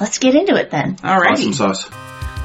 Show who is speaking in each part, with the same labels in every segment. Speaker 1: Let's get into it then.
Speaker 2: All right.
Speaker 3: Awesome sauce.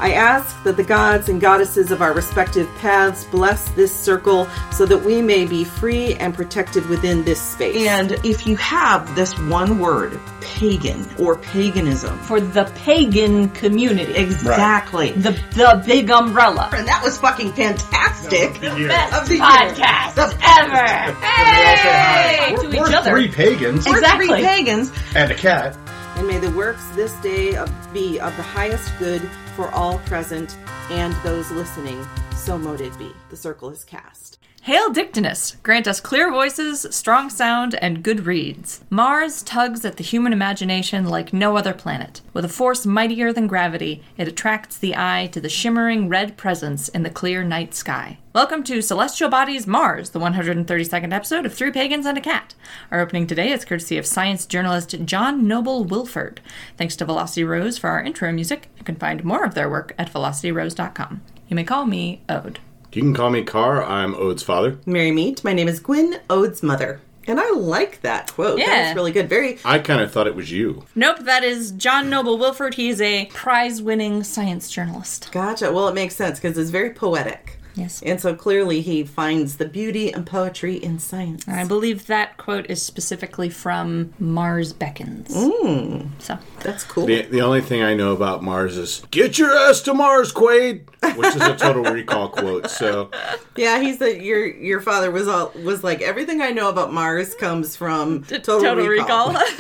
Speaker 4: I ask that the gods and goddesses of our respective paths bless this circle so that we may be free and protected within this space.
Speaker 2: And if you have this one word, pagan or paganism,
Speaker 5: for the pagan community.
Speaker 2: exactly.
Speaker 5: The the big umbrella.
Speaker 2: And that was fucking fantastic.
Speaker 6: Yeah.
Speaker 2: Of the year.
Speaker 5: podcast
Speaker 2: The
Speaker 5: ever. Hey!
Speaker 6: We're,
Speaker 5: to each
Speaker 6: we're
Speaker 5: other.
Speaker 6: three pagans
Speaker 2: We're three
Speaker 5: Exactly.
Speaker 2: pagans.
Speaker 6: and a cat.
Speaker 4: And may the works this day of, be of the highest good for all present and those listening. So mote it be. The circle is cast.
Speaker 7: Hail Dictinus! Grant us clear voices, strong sound, and good reads. Mars tugs at the human imagination like no other planet. With a force mightier than gravity, it attracts the eye to the shimmering red presence in the clear night sky. Welcome to Celestial Bodies Mars, the 132nd episode of Three Pagans and a Cat. Our opening today is courtesy of science journalist John Noble Wilford. Thanks to Velocity Rose for our intro music. You can find more of their work at velocityrose.com. You may call me Ode.
Speaker 3: You can call me Carr. I'm Ode's father.
Speaker 4: Merry meet. My name is Gwyn Ode's mother. And I like that quote. That
Speaker 7: Yeah.
Speaker 4: was really good. Very
Speaker 3: I kind of thought it was you.
Speaker 7: Nope, that is John Noble Wilford. He is a prize winning science journalist.
Speaker 4: gotcha. Well, it makes sense because it's very poetic.
Speaker 7: Yes.
Speaker 4: And so clearly he finds the beauty and poetry in science.
Speaker 7: I believe that quote is specifically from Mars Beckons.
Speaker 4: Mm.
Speaker 7: So,
Speaker 4: That's cool.
Speaker 3: The, the only thing I know about Mars is "Get your ass to Mars, Quaid," which is a Total Recall quote. So
Speaker 4: Yeah, he said your your father was all was like everything I know about Mars comes from Total, Recall.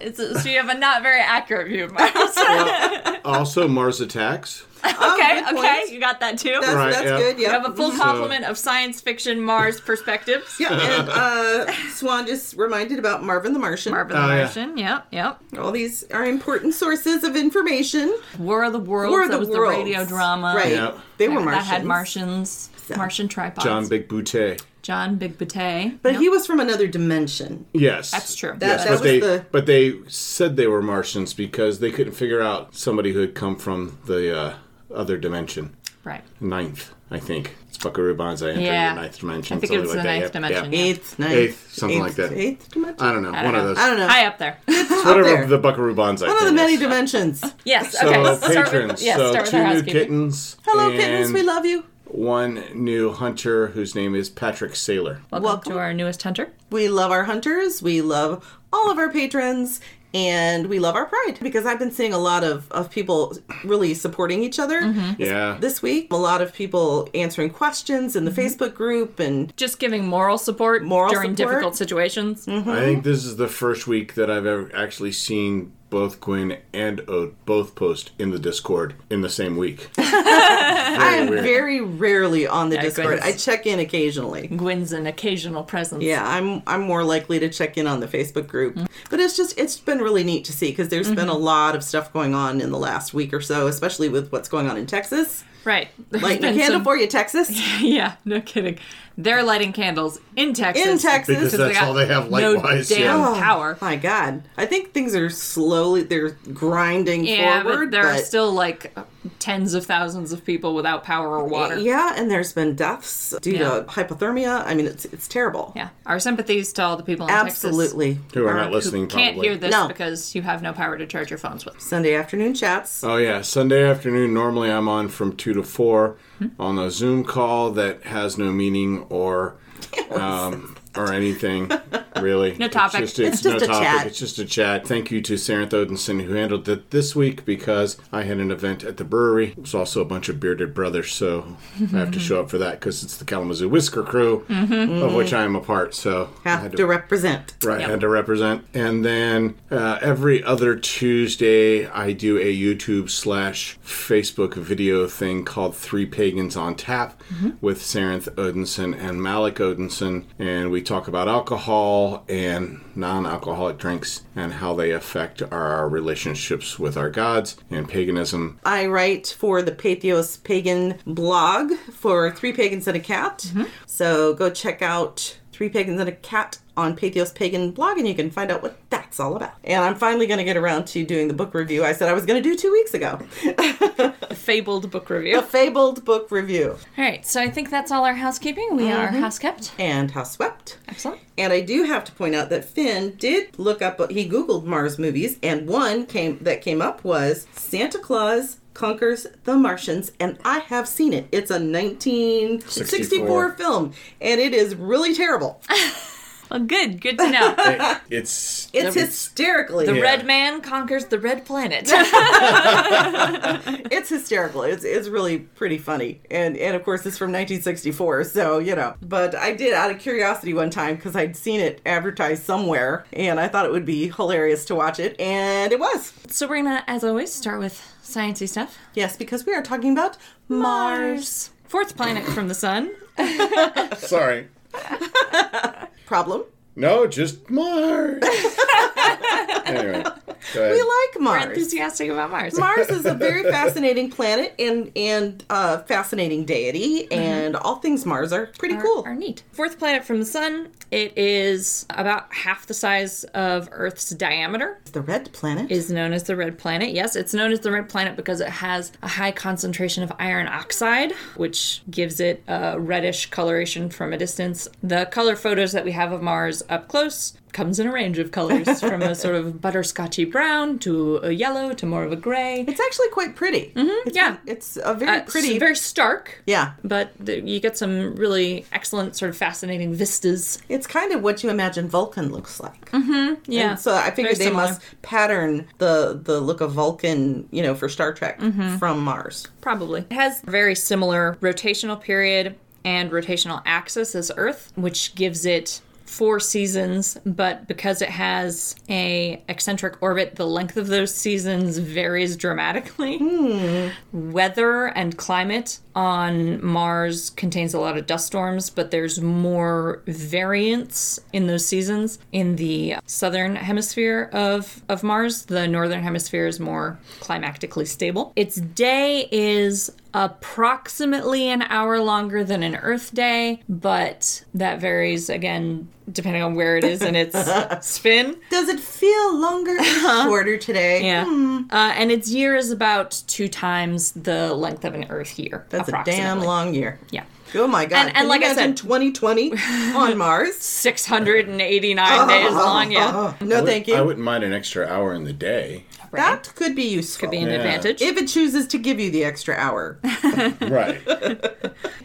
Speaker 7: it's, so you have a not very accurate view of Mars.
Speaker 3: also Mars Attacks.
Speaker 7: okay,
Speaker 4: oh, good
Speaker 7: okay,
Speaker 4: point.
Speaker 7: you got that too.
Speaker 4: That's,
Speaker 3: Right,
Speaker 4: that's
Speaker 3: yeah.
Speaker 4: good.
Speaker 7: you
Speaker 4: Yeah.
Speaker 7: have a full complement of science fiction Mars perspectives.
Speaker 4: yeah, and uh, Swan just reminded about Marvin the Martian.
Speaker 7: Marvin the
Speaker 3: Oh, yeah.
Speaker 7: Martian, yep, yep.
Speaker 4: All these are important sources of information.
Speaker 7: War of the Worlds,
Speaker 4: War of
Speaker 7: that
Speaker 4: the
Speaker 7: was
Speaker 4: Worlds.
Speaker 7: the radio drama.
Speaker 4: Right.
Speaker 3: Yeah.
Speaker 4: They were
Speaker 7: That
Speaker 4: Martians.
Speaker 7: had Martians, Martian tripods.
Speaker 3: John Big Boutte.
Speaker 7: John Big Bate.
Speaker 4: But he was from another dimension.
Speaker 3: Yes,
Speaker 7: That's true. That-
Speaker 3: yes,
Speaker 4: that
Speaker 3: but
Speaker 4: was
Speaker 3: they
Speaker 4: the-
Speaker 3: but they said they were Martians because they couldn't figure out somebody who had come from the uh, other dimension,
Speaker 7: Right.
Speaker 3: ninth, I think. It's Buckaroo Banzai entered
Speaker 7: Yeah.
Speaker 3: the ninth dimension.
Speaker 7: I think it
Speaker 3: something
Speaker 7: was
Speaker 3: like
Speaker 7: the
Speaker 3: that.
Speaker 7: ninth
Speaker 3: Yeah,
Speaker 7: dimension,
Speaker 3: yeah.
Speaker 7: yeah.
Speaker 4: Eighth, ninth,
Speaker 3: Eighth, something like that.
Speaker 4: Eighth dimension.
Speaker 3: I don't know. one
Speaker 7: don't
Speaker 3: of
Speaker 7: know.
Speaker 3: those.
Speaker 4: I don't know.
Speaker 7: High up there.
Speaker 3: It's whatever
Speaker 4: there.
Speaker 3: the Buckaroo Banzai.
Speaker 4: One of the
Speaker 3: thing
Speaker 4: many
Speaker 3: is.
Speaker 4: dimensions.
Speaker 7: Yes.
Speaker 3: So
Speaker 7: okay. Start
Speaker 3: patrons.
Speaker 7: with, yeah,
Speaker 3: so
Speaker 7: start with
Speaker 3: two
Speaker 7: our
Speaker 3: new
Speaker 7: housekeeping.
Speaker 3: kittens.
Speaker 4: Hello,
Speaker 3: and
Speaker 4: kittens. We love you.
Speaker 3: One new hunter whose name is Patrick Sailor.
Speaker 7: Welcome,
Speaker 4: Welcome.
Speaker 7: to our newest hunter.
Speaker 4: We love our hunters. We love all of our patrons. And we love our pride because I've been seeing a lot of, of people really supporting each other
Speaker 3: Yeah.
Speaker 4: this week. A lot of people answering questions in
Speaker 7: Mm-hmm.
Speaker 4: the Facebook group and
Speaker 7: Just giving moral support
Speaker 4: Moral
Speaker 7: during
Speaker 4: support. Mm-hmm.
Speaker 7: difficult situations.
Speaker 3: I think this is the first week that I've ever actually seen both Quinn and Ode both post in the Discord in the same week.
Speaker 4: I'm very rarely on the Discord. I
Speaker 7: goodness.
Speaker 4: check in occasionally.
Speaker 7: Gwyn's an occasional presence.
Speaker 4: Yeah, I'm I'm more likely to check in on the Facebook group.
Speaker 7: Mm-hmm.
Speaker 4: But it's just it's been really neat to see because there's been a lot of stuff going on in the last week or so, especially with what's going on in Texas.
Speaker 7: Right. There's
Speaker 4: Lighting a
Speaker 7: been
Speaker 4: candle
Speaker 7: some-
Speaker 4: for you, Texas.
Speaker 7: Yeah, no kidding. They're lighting candles in Texas.
Speaker 4: In Texas.
Speaker 3: Because
Speaker 7: They
Speaker 3: That's
Speaker 7: got
Speaker 3: all they have
Speaker 7: no
Speaker 3: light-wise,
Speaker 7: damn
Speaker 3: yeah.
Speaker 4: Oh,
Speaker 7: power.
Speaker 4: My God, I think things are slowly they're grinding
Speaker 7: Yeah,
Speaker 4: forward.
Speaker 7: but there are
Speaker 4: but-
Speaker 7: still like tens of thousands of people without power or water.
Speaker 4: yeah, and there's been deaths due
Speaker 7: Yeah.
Speaker 4: to hypothermia. I mean, it's it's terrible.
Speaker 7: Yeah. Our sympathies to all the people in Texas
Speaker 4: Absolutely.
Speaker 3: Who are not
Speaker 7: who
Speaker 3: listening
Speaker 7: can't
Speaker 3: probably.
Speaker 7: hear this
Speaker 4: No.
Speaker 7: because you have no power to charge your phones with.
Speaker 4: Sunday afternoon chats.
Speaker 3: Oh yeah, Sunday afternoon. Normally I'm on from two to 4
Speaker 4: Hmm.
Speaker 3: on a Zoom call that has no meaning or um, or anything really. No
Speaker 7: topic.
Speaker 3: It's just, it's
Speaker 4: It's just
Speaker 3: no
Speaker 4: a
Speaker 3: topic.
Speaker 4: chat.
Speaker 3: It's just a chat. Thank you to Sarah Odinson who handled it this week because I had an event at the brewery. It was also a bunch of bearded brothers, so I have to show up for that because it's the Kalamazoo Whisker Crew,
Speaker 4: Mm-hmm.
Speaker 3: of which I am a part. So I
Speaker 4: Have
Speaker 3: had
Speaker 4: to represent.
Speaker 3: Right, had to represent. And then uh, every other Tuesday, I do a YouTube slash Facebook video thing called Three Pagans on Tap
Speaker 2: Mm-hmm.
Speaker 3: with Sarinth Odinson and Malik Odinson. And we talk about alcohol and non alcoholic drinks and how they affect our relationships with our gods and paganism.
Speaker 4: I write for the Pathos Pagan blog for Three Pagans and a Cat. So go check out Three Pagans and a Cat
Speaker 2: on Pathos Pagan blog, and you can find out what that's all about. And I'm finally going to get around to doing the book review I said I was going to do two weeks ago.
Speaker 7: A fabled book review.
Speaker 2: A fabled book review
Speaker 7: All right, so I think that's all our housekeeping. We are house kept.
Speaker 2: and how swept.
Speaker 7: Mm-hmm. Excellent.
Speaker 2: And I do have to point out that Finn did look up. He Googled Mars movies, and one came that came up was Santa Claus Conquers the Martians, and I have seen it. It's a 1964 film, and it is really terrible.
Speaker 7: Well, good. Good to know.
Speaker 3: It- it's
Speaker 2: It's hysterically,
Speaker 7: The
Speaker 3: Yeah.
Speaker 7: red man conquers the red planet.
Speaker 2: it's hysterical. It's it's really pretty funny, and and of course it's from 1964, so you know. But I did out of curiosity one time because I'd seen it advertised somewhere, and I thought it would be hilarious to watch it, and it was.
Speaker 7: so we're gonna, as always, start with sciencey stuff.
Speaker 2: Yes, because we are talking about Mars.
Speaker 7: fourth planet from the sun.
Speaker 3: sorry.
Speaker 2: Problem.
Speaker 3: No, just Mars. anyway, go ahead.
Speaker 2: We like Mars.
Speaker 7: Enthusiastic about Mars.
Speaker 2: Mars is a very fascinating planet and and uh, fascinating deity, and all things Mars are pretty cool.
Speaker 7: are neat. Fourth planet from the sun. It is about half the size of Earth's diameter.
Speaker 2: the red planet.
Speaker 7: Is known as the red planet. Yes, it's known as the red planet because it has a high concentration of iron oxide, which gives it a reddish coloration from a distance. The color photos that we have of Mars up close comes in a range of colors from a sort of butterscotchy brown to a yellow to more of a gray.
Speaker 2: it's actually quite pretty. Mm-hmm. It's,
Speaker 7: yeah.
Speaker 2: it's a very
Speaker 7: Uh, it's
Speaker 2: pretty.
Speaker 7: very stark.
Speaker 2: yeah,
Speaker 7: but the, you get some really excellent sort of fascinating vistas.
Speaker 2: it's kind of what you imagine Vulcan looks like.
Speaker 7: Mm-hmm. Yeah.
Speaker 2: So I figured they
Speaker 7: Very similar.
Speaker 2: must pattern the the look of Vulcan, you know, for Star Trek
Speaker 7: Mm-hmm.
Speaker 2: from Mars.
Speaker 7: probably. It has a very similar rotational period and rotational axis as Earth, which gives it four seasons, but because it has a eccentric orbit, the length of those seasons varies dramatically. Weather and climate on Mars contains a lot of dust storms, but there's more variance in those seasons in the southern hemisphere of, of Mars. The northern hemisphere is more climactically stable. Its day is approximately an hour longer than an Earth day, but that varies again depending on where it is in its spin.
Speaker 2: Does it feel longer and shorter today?
Speaker 7: Uh-huh. Yeah.
Speaker 2: Hmm.
Speaker 7: Uh, and its year is about two times the length of an Earth year.
Speaker 2: That's a damn
Speaker 7: approximately.
Speaker 2: long year.
Speaker 7: Yeah.
Speaker 2: Oh my god!
Speaker 7: And- and
Speaker 2: Can you
Speaker 7: like I
Speaker 2: imagine
Speaker 7: said-
Speaker 2: 2020 on Mars.
Speaker 7: 689 days long, yeah.
Speaker 2: No, thank you.
Speaker 3: I wouldn't mind an extra hour in the day.
Speaker 2: that could be useful.
Speaker 7: Be an advantage.
Speaker 2: if it chooses to give you the extra hour.
Speaker 3: Right.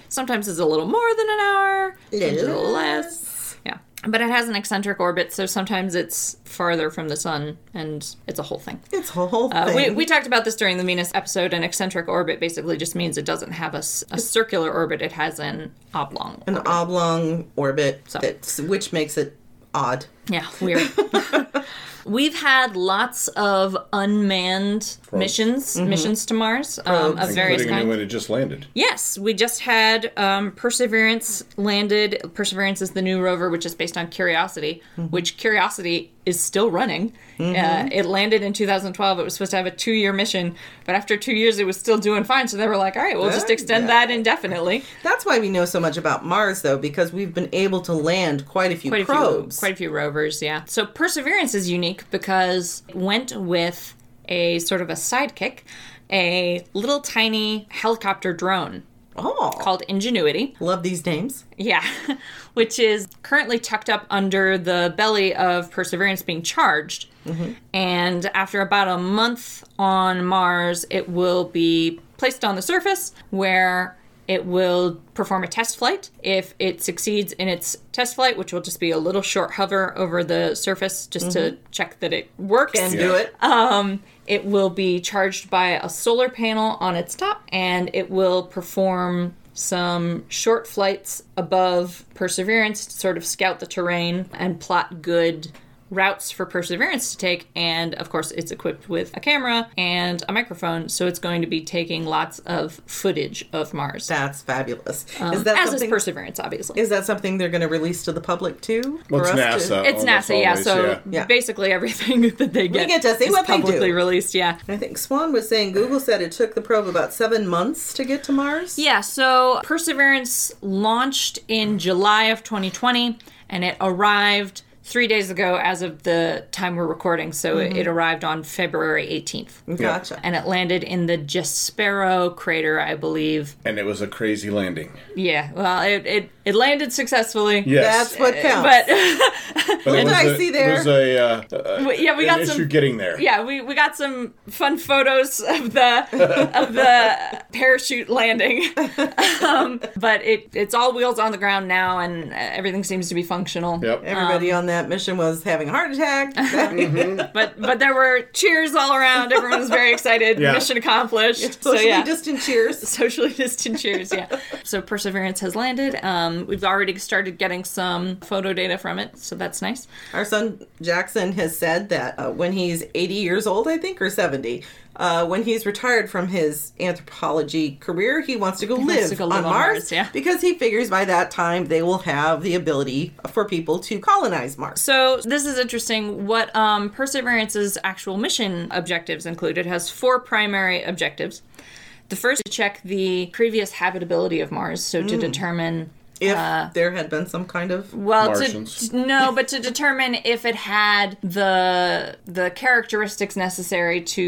Speaker 7: Sometimes it's a little more than an hour,
Speaker 2: Little
Speaker 7: a little less. Yeah. But it has an eccentric orbit, so sometimes it's farther from the sun, and it's a whole thing.
Speaker 2: It's a whole thing.
Speaker 7: Uh, we, we talked about this during the Venus episode. An eccentric orbit basically just means it doesn't have a, s- a circular orbit, it has an oblong.
Speaker 2: An oblong orbit, that's, which makes it odd.
Speaker 7: Yeah, weird. We've had lots of unmanned missions, missions to Mars um, of various
Speaker 3: Including
Speaker 7: kinds.
Speaker 3: when it just landed.
Speaker 7: Yes, we just had um, Perseverance landed. Perseverance is the new rover, which is based on Curiosity, which Curiosity is still running. Uh, it landed in 2012. It was supposed to have a two year mission, but after two years, it was still doing fine. So they were like, all right, we'll just
Speaker 2: Yeah.
Speaker 7: extend that indefinitely.
Speaker 2: That's why we know so much about Mars, though, because we've been able to land quite a few
Speaker 7: quite a
Speaker 2: probes.
Speaker 7: few quite a few rovers yeah so perseverance is unique because it went with a sort of a sidekick a little tiny helicopter drone
Speaker 2: oh,
Speaker 7: called ingenuity
Speaker 2: love these names.
Speaker 7: yeah which is currently tucked up under the belly of perseverance being charged and after about a month on mars it will be placed on the surface where it will perform a test flight. If it succeeds in its test flight, which will just be a little short hover over the surface just to check that it works,
Speaker 2: Can do it.
Speaker 7: it will be charged by a solar panel on its top and it will perform some short flights above Perseverance to sort of scout the terrain and plot good routes for Perseverance to take. And of course, it's equipped with a camera and a microphone, so it's going to be taking lots of footage of Mars.
Speaker 2: That's fabulous. is that
Speaker 7: as is
Speaker 2: something?
Speaker 7: Perseverance, obviously.
Speaker 2: is that something they're going to release to the public too?
Speaker 3: Well,
Speaker 2: For
Speaker 3: it's
Speaker 2: us to-
Speaker 3: NASA.
Speaker 7: it's
Speaker 3: almost
Speaker 7: NASA, yeah.
Speaker 3: always,
Speaker 7: So
Speaker 2: Yeah.
Speaker 7: basically, everything that they get,
Speaker 2: get to see
Speaker 7: is
Speaker 2: what they do.
Speaker 7: publicly released. Yeah,
Speaker 2: I think Swan was saying Google said it took the probe about seven months to get to Mars.
Speaker 7: Yeah, so Perseverance launched in July of 2020 and it arrived three days ago as of the time we're recording. So
Speaker 3: Mm-hmm.
Speaker 7: it, it arrived on February 18th.
Speaker 2: Gotcha.
Speaker 7: And it landed in the Jespero crater, I believe.
Speaker 3: And it was a crazy landing.
Speaker 7: Yeah, well, it, it, it landed successfully.
Speaker 3: Yes.
Speaker 2: That's what counts.
Speaker 7: But um,
Speaker 3: But it was
Speaker 2: I
Speaker 3: a-
Speaker 2: see
Speaker 3: it
Speaker 2: there.
Speaker 3: was a, uh, uh,
Speaker 7: yeah, we
Speaker 3: an
Speaker 7: got
Speaker 3: issue
Speaker 7: some
Speaker 3: getting there.
Speaker 7: yeah, we, we got some fun photos of the of the parachute landing. um, but it it's all wheels on the ground now, and uh, everything seems to be functional.
Speaker 3: Yep.
Speaker 2: Everybody on that mission was having a heart attack.
Speaker 7: But but there were cheers all around. Everyone was very excited.
Speaker 3: Yeah.
Speaker 7: Mission accomplished. so
Speaker 2: Socially
Speaker 7: yeah.
Speaker 2: distant cheers.
Speaker 7: Socially distant cheers, yeah. so Perseverance has landed. Um, we've already started getting some photo data from it, so that's nice.
Speaker 2: Our son Jackson has said that uh, when he's 80 years old, I think, or 70, uh, when he's retired from his anthropology career, he wants to go,
Speaker 7: wants
Speaker 2: live,
Speaker 7: to go
Speaker 2: on Mars,
Speaker 7: yeah.
Speaker 2: because he figures by that time they will have the ability for people to colonize Mars.
Speaker 7: So this is interesting. What um, Perseverance's actual mission objectives include? It has four primary objectives. The first to check the previous habitability of Mars, so
Speaker 2: Mm.
Speaker 7: to determine
Speaker 2: If there had been some kind of
Speaker 7: well,
Speaker 3: Martians.
Speaker 7: to no, but to determine if it had the the characteristics necessary to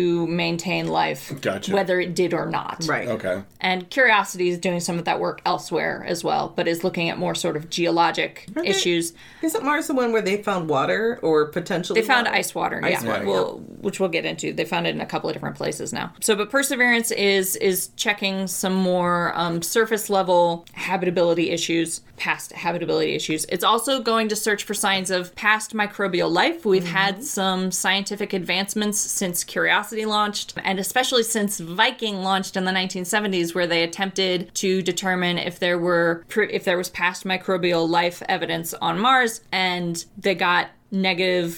Speaker 7: maintain life,
Speaker 3: Gotcha.
Speaker 7: whether it did or not.
Speaker 2: right,
Speaker 3: Okay.
Speaker 7: And Curiosity is doing some of that work elsewhere as well, but is looking at more sort of geologic issues.
Speaker 2: isn't Mars the one where they found water or potentially
Speaker 7: They found
Speaker 2: water?
Speaker 7: ice water,
Speaker 2: Ice
Speaker 7: yeah,
Speaker 2: water,
Speaker 7: we'll- which we'll get into. They found it in a couple of different places now. So, but Perseverance is is checking some more um, surface level habitability issues, past habitability issues. It's also going to search for signs of past microbial life. We've had some scientific advancements since Curiosity launched, and especially since Viking launched in the 1970s, where they attempted to determine if there were pr- if there was past microbial life evidence on Mars, and they got negative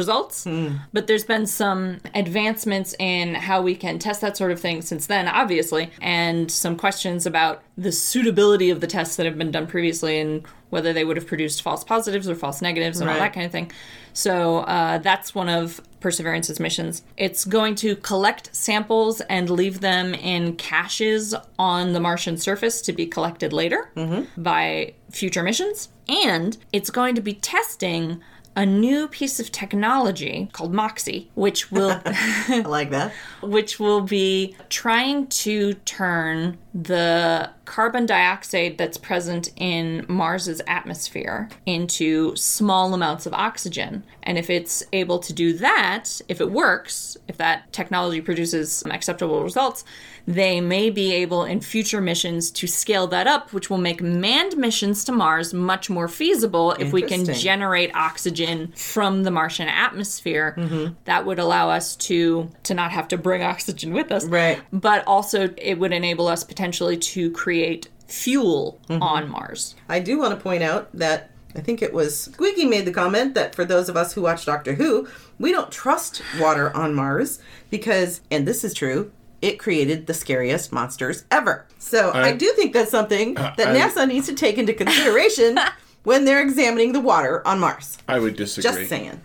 Speaker 7: results. But there's been some advancements in how we can test that sort of thing since then, obviously, and some questions about the suitability of the tests that have been done previously and whether they would have produced false positives or false negatives and all
Speaker 2: Right.
Speaker 7: that kind of thing. So uh, that's one of Perseverance's missions. It's going to collect samples and leave them in caches on the Martian surface to be collected later by future missions. And it's going to be testing a new piece of technology called Moxie, which will
Speaker 2: I like that.
Speaker 7: which will be trying to turn the carbon dioxide that's present in Mars's atmosphere into small amounts of oxygen. And if it's able to do that, if it works, if that technology produces acceptable results, they may be able in future missions to scale that up, which will make manned missions to Mars much more feasible if we can
Speaker 2: Interesting.
Speaker 7: generate oxygen from the Martian atmosphere. That would allow us to to not have to bring oxygen with us.
Speaker 2: Right.
Speaker 7: But also it would enable us potentially to create fuel on Mars.
Speaker 2: I do want to point out that I think it was Squeaky made the comment that for those of us who watch Doctor Who, we don't trust water on Mars because, and this is true, it created the scariest monsters ever. So I, do think that's something that
Speaker 3: I-
Speaker 2: NASA needs to take into consideration when they're examining the water on Mars.
Speaker 3: I would disagree.
Speaker 2: Just saying.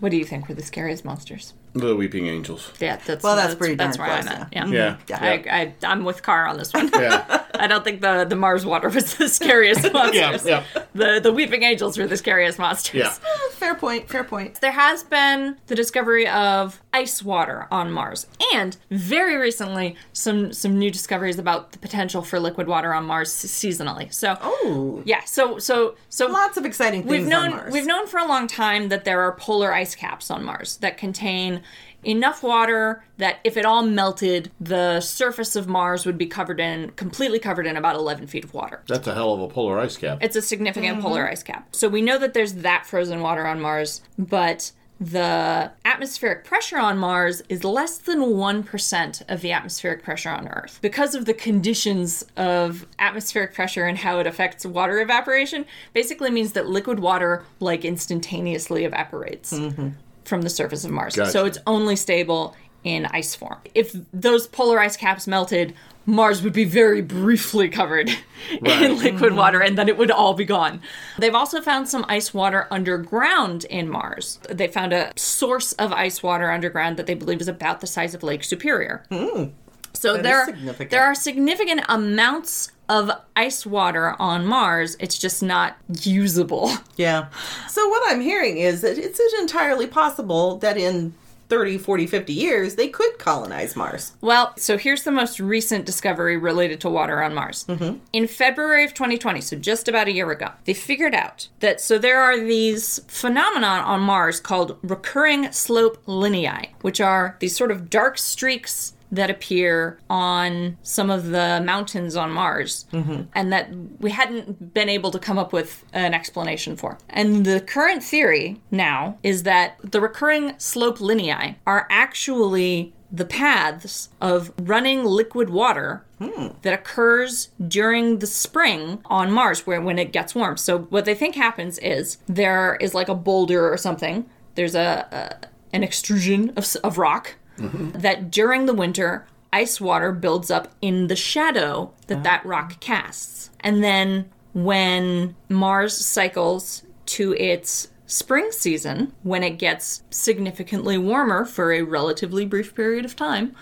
Speaker 7: What do you think were the scariest monsters?
Speaker 3: The Weeping Angels.
Speaker 7: Yeah, that's
Speaker 2: Well, that's pretty
Speaker 7: that's
Speaker 2: darn
Speaker 7: where
Speaker 2: close,
Speaker 7: I'm at. Mm-hmm. Yeah.
Speaker 3: Yeah.
Speaker 7: I, I, I'm with Carr on this one.
Speaker 3: Yeah.
Speaker 7: I don't think the, the Mars water was the scariest monsters.
Speaker 3: yeah.
Speaker 7: The the weeping angels were the scariest monsters.
Speaker 3: Yeah.
Speaker 2: Ah, Fair point, fair point.
Speaker 7: there has been the discovery of ice water on Mars, and very recently some some new discoveries about the potential for liquid water on Mars seasonally. So,
Speaker 2: Ooh.
Speaker 7: yeah, so so so
Speaker 2: Oh. Lots of exciting things
Speaker 7: we've known
Speaker 2: on Mars.
Speaker 7: we've known for a long time that there are polar ice caps on Mars that contain enough water that if it all melted, the surface of Mars would be covered in completely covered in about 11 feet of water.
Speaker 3: That's a hell of a polar ice cap.
Speaker 7: It's a significant polar ice cap. So we know that there's that frozen water on Mars, but the atmospheric pressure on Mars is less than 1% of the atmospheric pressure on Earth. Because of the conditions of atmospheric pressure and how it affects water evaporation, basically means that liquid water like instantaneously evaporates from the surface of Mars.
Speaker 3: Gotcha.
Speaker 7: So it's only stable in ice form. If those polar ice caps melted, Mars would be very briefly covered in liquid water and then it would all be gone. They've also found some ice water underground in Mars. They found a source of ice water underground that they believe is about the size of Lake Superior. So
Speaker 2: is
Speaker 7: there,
Speaker 2: significant.
Speaker 7: there are significant amounts of ice water on Mars. It's just not usable.
Speaker 2: Yeah. So what I'm hearing is that it's entirely possible that in 30, 40, 50 years, they could colonize Mars.
Speaker 7: Well, so here's the most recent discovery related to water on Mars. In February of 2020, so just about a year ago, they figured out that so there are these phenomenon on Mars called recurring slope lineae, which are these sort of dark streaks that appear on some of the mountains on Mars, and that we hadn't been able to come up with an explanation for. And the current theory now is that the recurring slope lineae are actually the paths of running liquid water that occurs during the spring on Mars where when it gets warm. So what they think happens is there is like a boulder or something. There's a, a an extrusion of, s- of rock that during the winter ice water builds up in the shadow that that rock casts. And then when Mars cycles to its spring season, when it gets significantly warmer for a relatively brief period of time,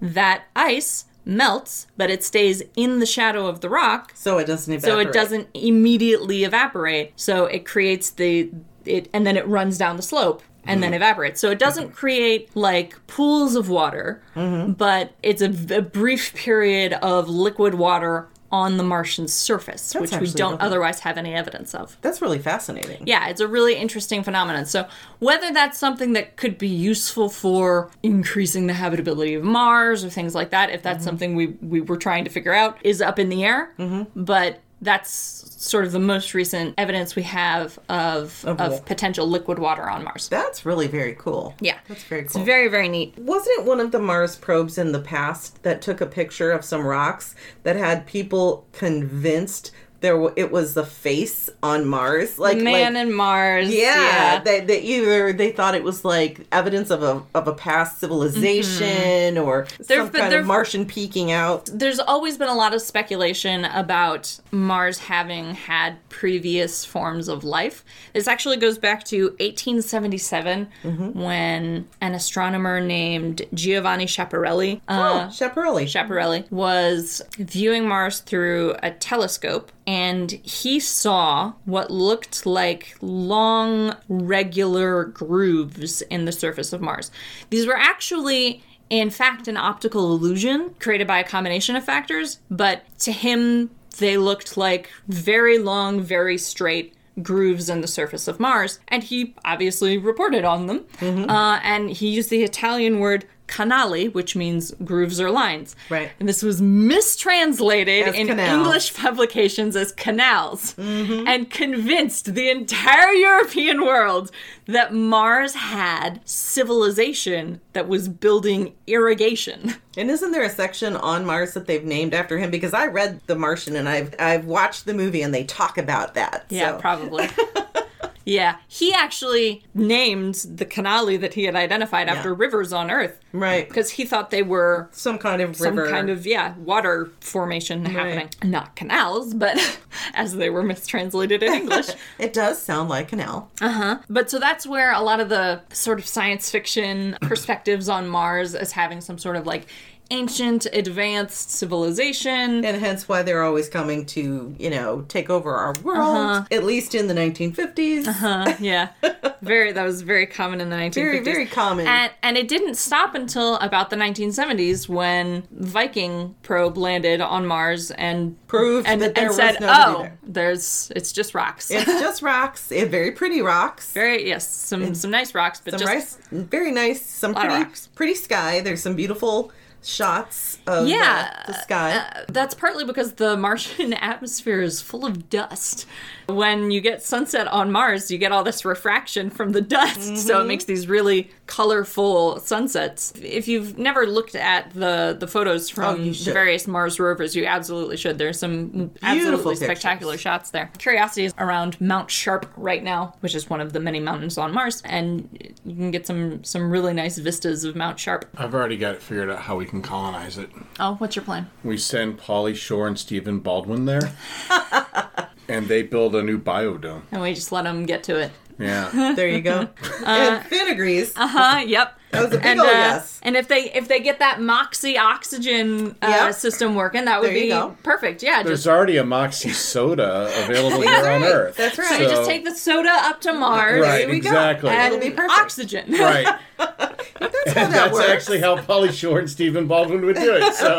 Speaker 7: that ice melts, but it stays in the shadow of the rock,
Speaker 2: So it doesn't
Speaker 7: so
Speaker 2: evaporate.
Speaker 7: it doesn't immediately evaporate. So it creates the it and then it runs down the slope and then
Speaker 2: Mm-hmm.
Speaker 7: evaporates. So it doesn't create like pools of water,
Speaker 2: Mm-hmm.
Speaker 7: but it's a, v- a brief period of liquid water on the Martian surface, which we
Speaker 2: actually
Speaker 7: don't
Speaker 2: lovely.
Speaker 7: otherwise have any evidence of.
Speaker 2: That's really fascinating.
Speaker 7: Yeah, it's a really interesting phenomenon. So, whether that's something that could be useful for increasing the habitability of Mars or things like that, if that's
Speaker 2: Mm-hmm.
Speaker 7: something we, we were trying to figure out, is up in the air.
Speaker 2: Mm-hmm.
Speaker 7: But that's sort of the most recent evidence we have of, of,
Speaker 2: what?
Speaker 7: potential liquid water on Mars.
Speaker 2: That's really very cool.
Speaker 7: yeah.
Speaker 2: That's very
Speaker 7: It's
Speaker 2: cool.
Speaker 7: very, very neat.
Speaker 2: Wasn't it one of the Mars probes in the past that took a picture of some rocks that had people convinced there w- it was the face on Mars? Like
Speaker 7: Man
Speaker 2: like,
Speaker 7: and Mars.
Speaker 2: yeah, They, they either they thought it was like evidence of a of a past civilization or some
Speaker 7: Mm-hmm. been-
Speaker 2: kind of
Speaker 7: there've-
Speaker 2: Martian peeking out.
Speaker 7: there's always been a lot of speculation about Mars having had previous forms of life. This actually goes back to 1877 when an astronomer named Giovanni Schiaparelli
Speaker 2: Oh,
Speaker 7: uh,
Speaker 2: Chaparelli.
Speaker 7: Schiaparelli was viewing Mars through a telescope and he saw what looked like long regular grooves in the surface of Mars. These were actually in fact an optical illusion created by a combination of factors, but to him they looked like very long, very straight grooves in the surface of Mars, and he obviously reported on them.
Speaker 2: Mm-hmm.
Speaker 7: Uh, and he used the Italian word canali, which means grooves or lines.
Speaker 2: Right.
Speaker 7: And this was mistranslated
Speaker 2: As
Speaker 7: in
Speaker 2: canals. Mm-hmm.
Speaker 7: English publications as canals, and convinced the entire European world that Mars had civilization that was building irrigation.
Speaker 2: And isn't there a section on Mars that they've named after him? Because I read The Martian and I've I've watched the movie and they talk about that.
Speaker 7: Yeah,
Speaker 2: so.
Speaker 7: probably. yeah, he actually named the canali that he had identified after rivers on Earth.
Speaker 2: Right.
Speaker 7: Because he thought they were
Speaker 2: some kind of
Speaker 7: some
Speaker 2: river.
Speaker 7: kind of, yeah, water formation happening. Not canals, but as they were mistranslated in English.
Speaker 2: It does sound like an L.
Speaker 7: But so that's where a lot of the sort of science fiction perspectives on Mars as having some sort of like ancient, advanced civilization.
Speaker 2: And hence why they're always coming to, you know, take over our world,
Speaker 7: Uh-huh.
Speaker 2: at least in the 1950s.
Speaker 7: Uh, yeah, very. That was very common in the 1950s.
Speaker 2: Very, very common.
Speaker 7: And, and it didn't stop until about the 1970s when Viking probe landed on Mars and
Speaker 2: Proved
Speaker 7: and,
Speaker 2: that there
Speaker 7: and
Speaker 2: was
Speaker 7: said,
Speaker 2: nobody
Speaker 7: "Oh,
Speaker 2: there."
Speaker 7: there's it's just rocks."
Speaker 2: It's just rocks, eh, very pretty rocks.
Speaker 7: very yes, some some nice rocks, but
Speaker 2: some
Speaker 7: just
Speaker 2: rice, very nice, some
Speaker 7: lot of
Speaker 2: pretty,
Speaker 7: rocks.
Speaker 2: pretty sky. There's some beautiful shots of uh,
Speaker 7: Yeah,
Speaker 2: the sky.
Speaker 7: uh, That's partly because the Martian atmosphere is full of dust. When you get sunset on Mars, you get all this refraction from the dust, so
Speaker 2: Mm-hmm.
Speaker 7: it makes these really colorful sunsets. If you've never looked at the the photos from
Speaker 2: Oh, you
Speaker 7: the
Speaker 2: should.
Speaker 7: various Mars rovers, you absolutely should. There's some absolutely
Speaker 2: pictures.
Speaker 7: spectacular shots there. Curiosity is around Mount Sharp right now, which is one of the many mountains on Mars, and you can get some some really nice vistas of Mount Sharp.
Speaker 3: I've already got it figured out how we can colonize it.
Speaker 7: Oh, what's your plan?
Speaker 3: We send Polly Shore and Stephen Baldwin there, and they build a new biodome.
Speaker 7: And we just let them get to it.
Speaker 3: Yeah.
Speaker 2: there you go. and Finn agrees.
Speaker 7: Uh huh. Yep.
Speaker 2: That was a big
Speaker 7: And,
Speaker 2: ol'
Speaker 7: uh,
Speaker 2: Oh, yes.
Speaker 7: and if they if they get that moxie oxygen uh,
Speaker 2: Yep.
Speaker 7: system working, that would
Speaker 2: There you
Speaker 7: be
Speaker 2: go.
Speaker 7: perfect. Yeah,
Speaker 3: There's
Speaker 7: just
Speaker 3: already a Moxie soda available here on
Speaker 2: right.
Speaker 3: Earth.
Speaker 2: That's right.
Speaker 7: so you just take the soda up to Mars
Speaker 3: Right,
Speaker 2: we go.
Speaker 3: exactly.
Speaker 7: and
Speaker 2: It'll be perfect.
Speaker 7: oxygen.
Speaker 3: Right.
Speaker 2: That's how that
Speaker 3: That's
Speaker 2: works.
Speaker 3: actually how Polly Shore and Stephen Baldwin would do it. So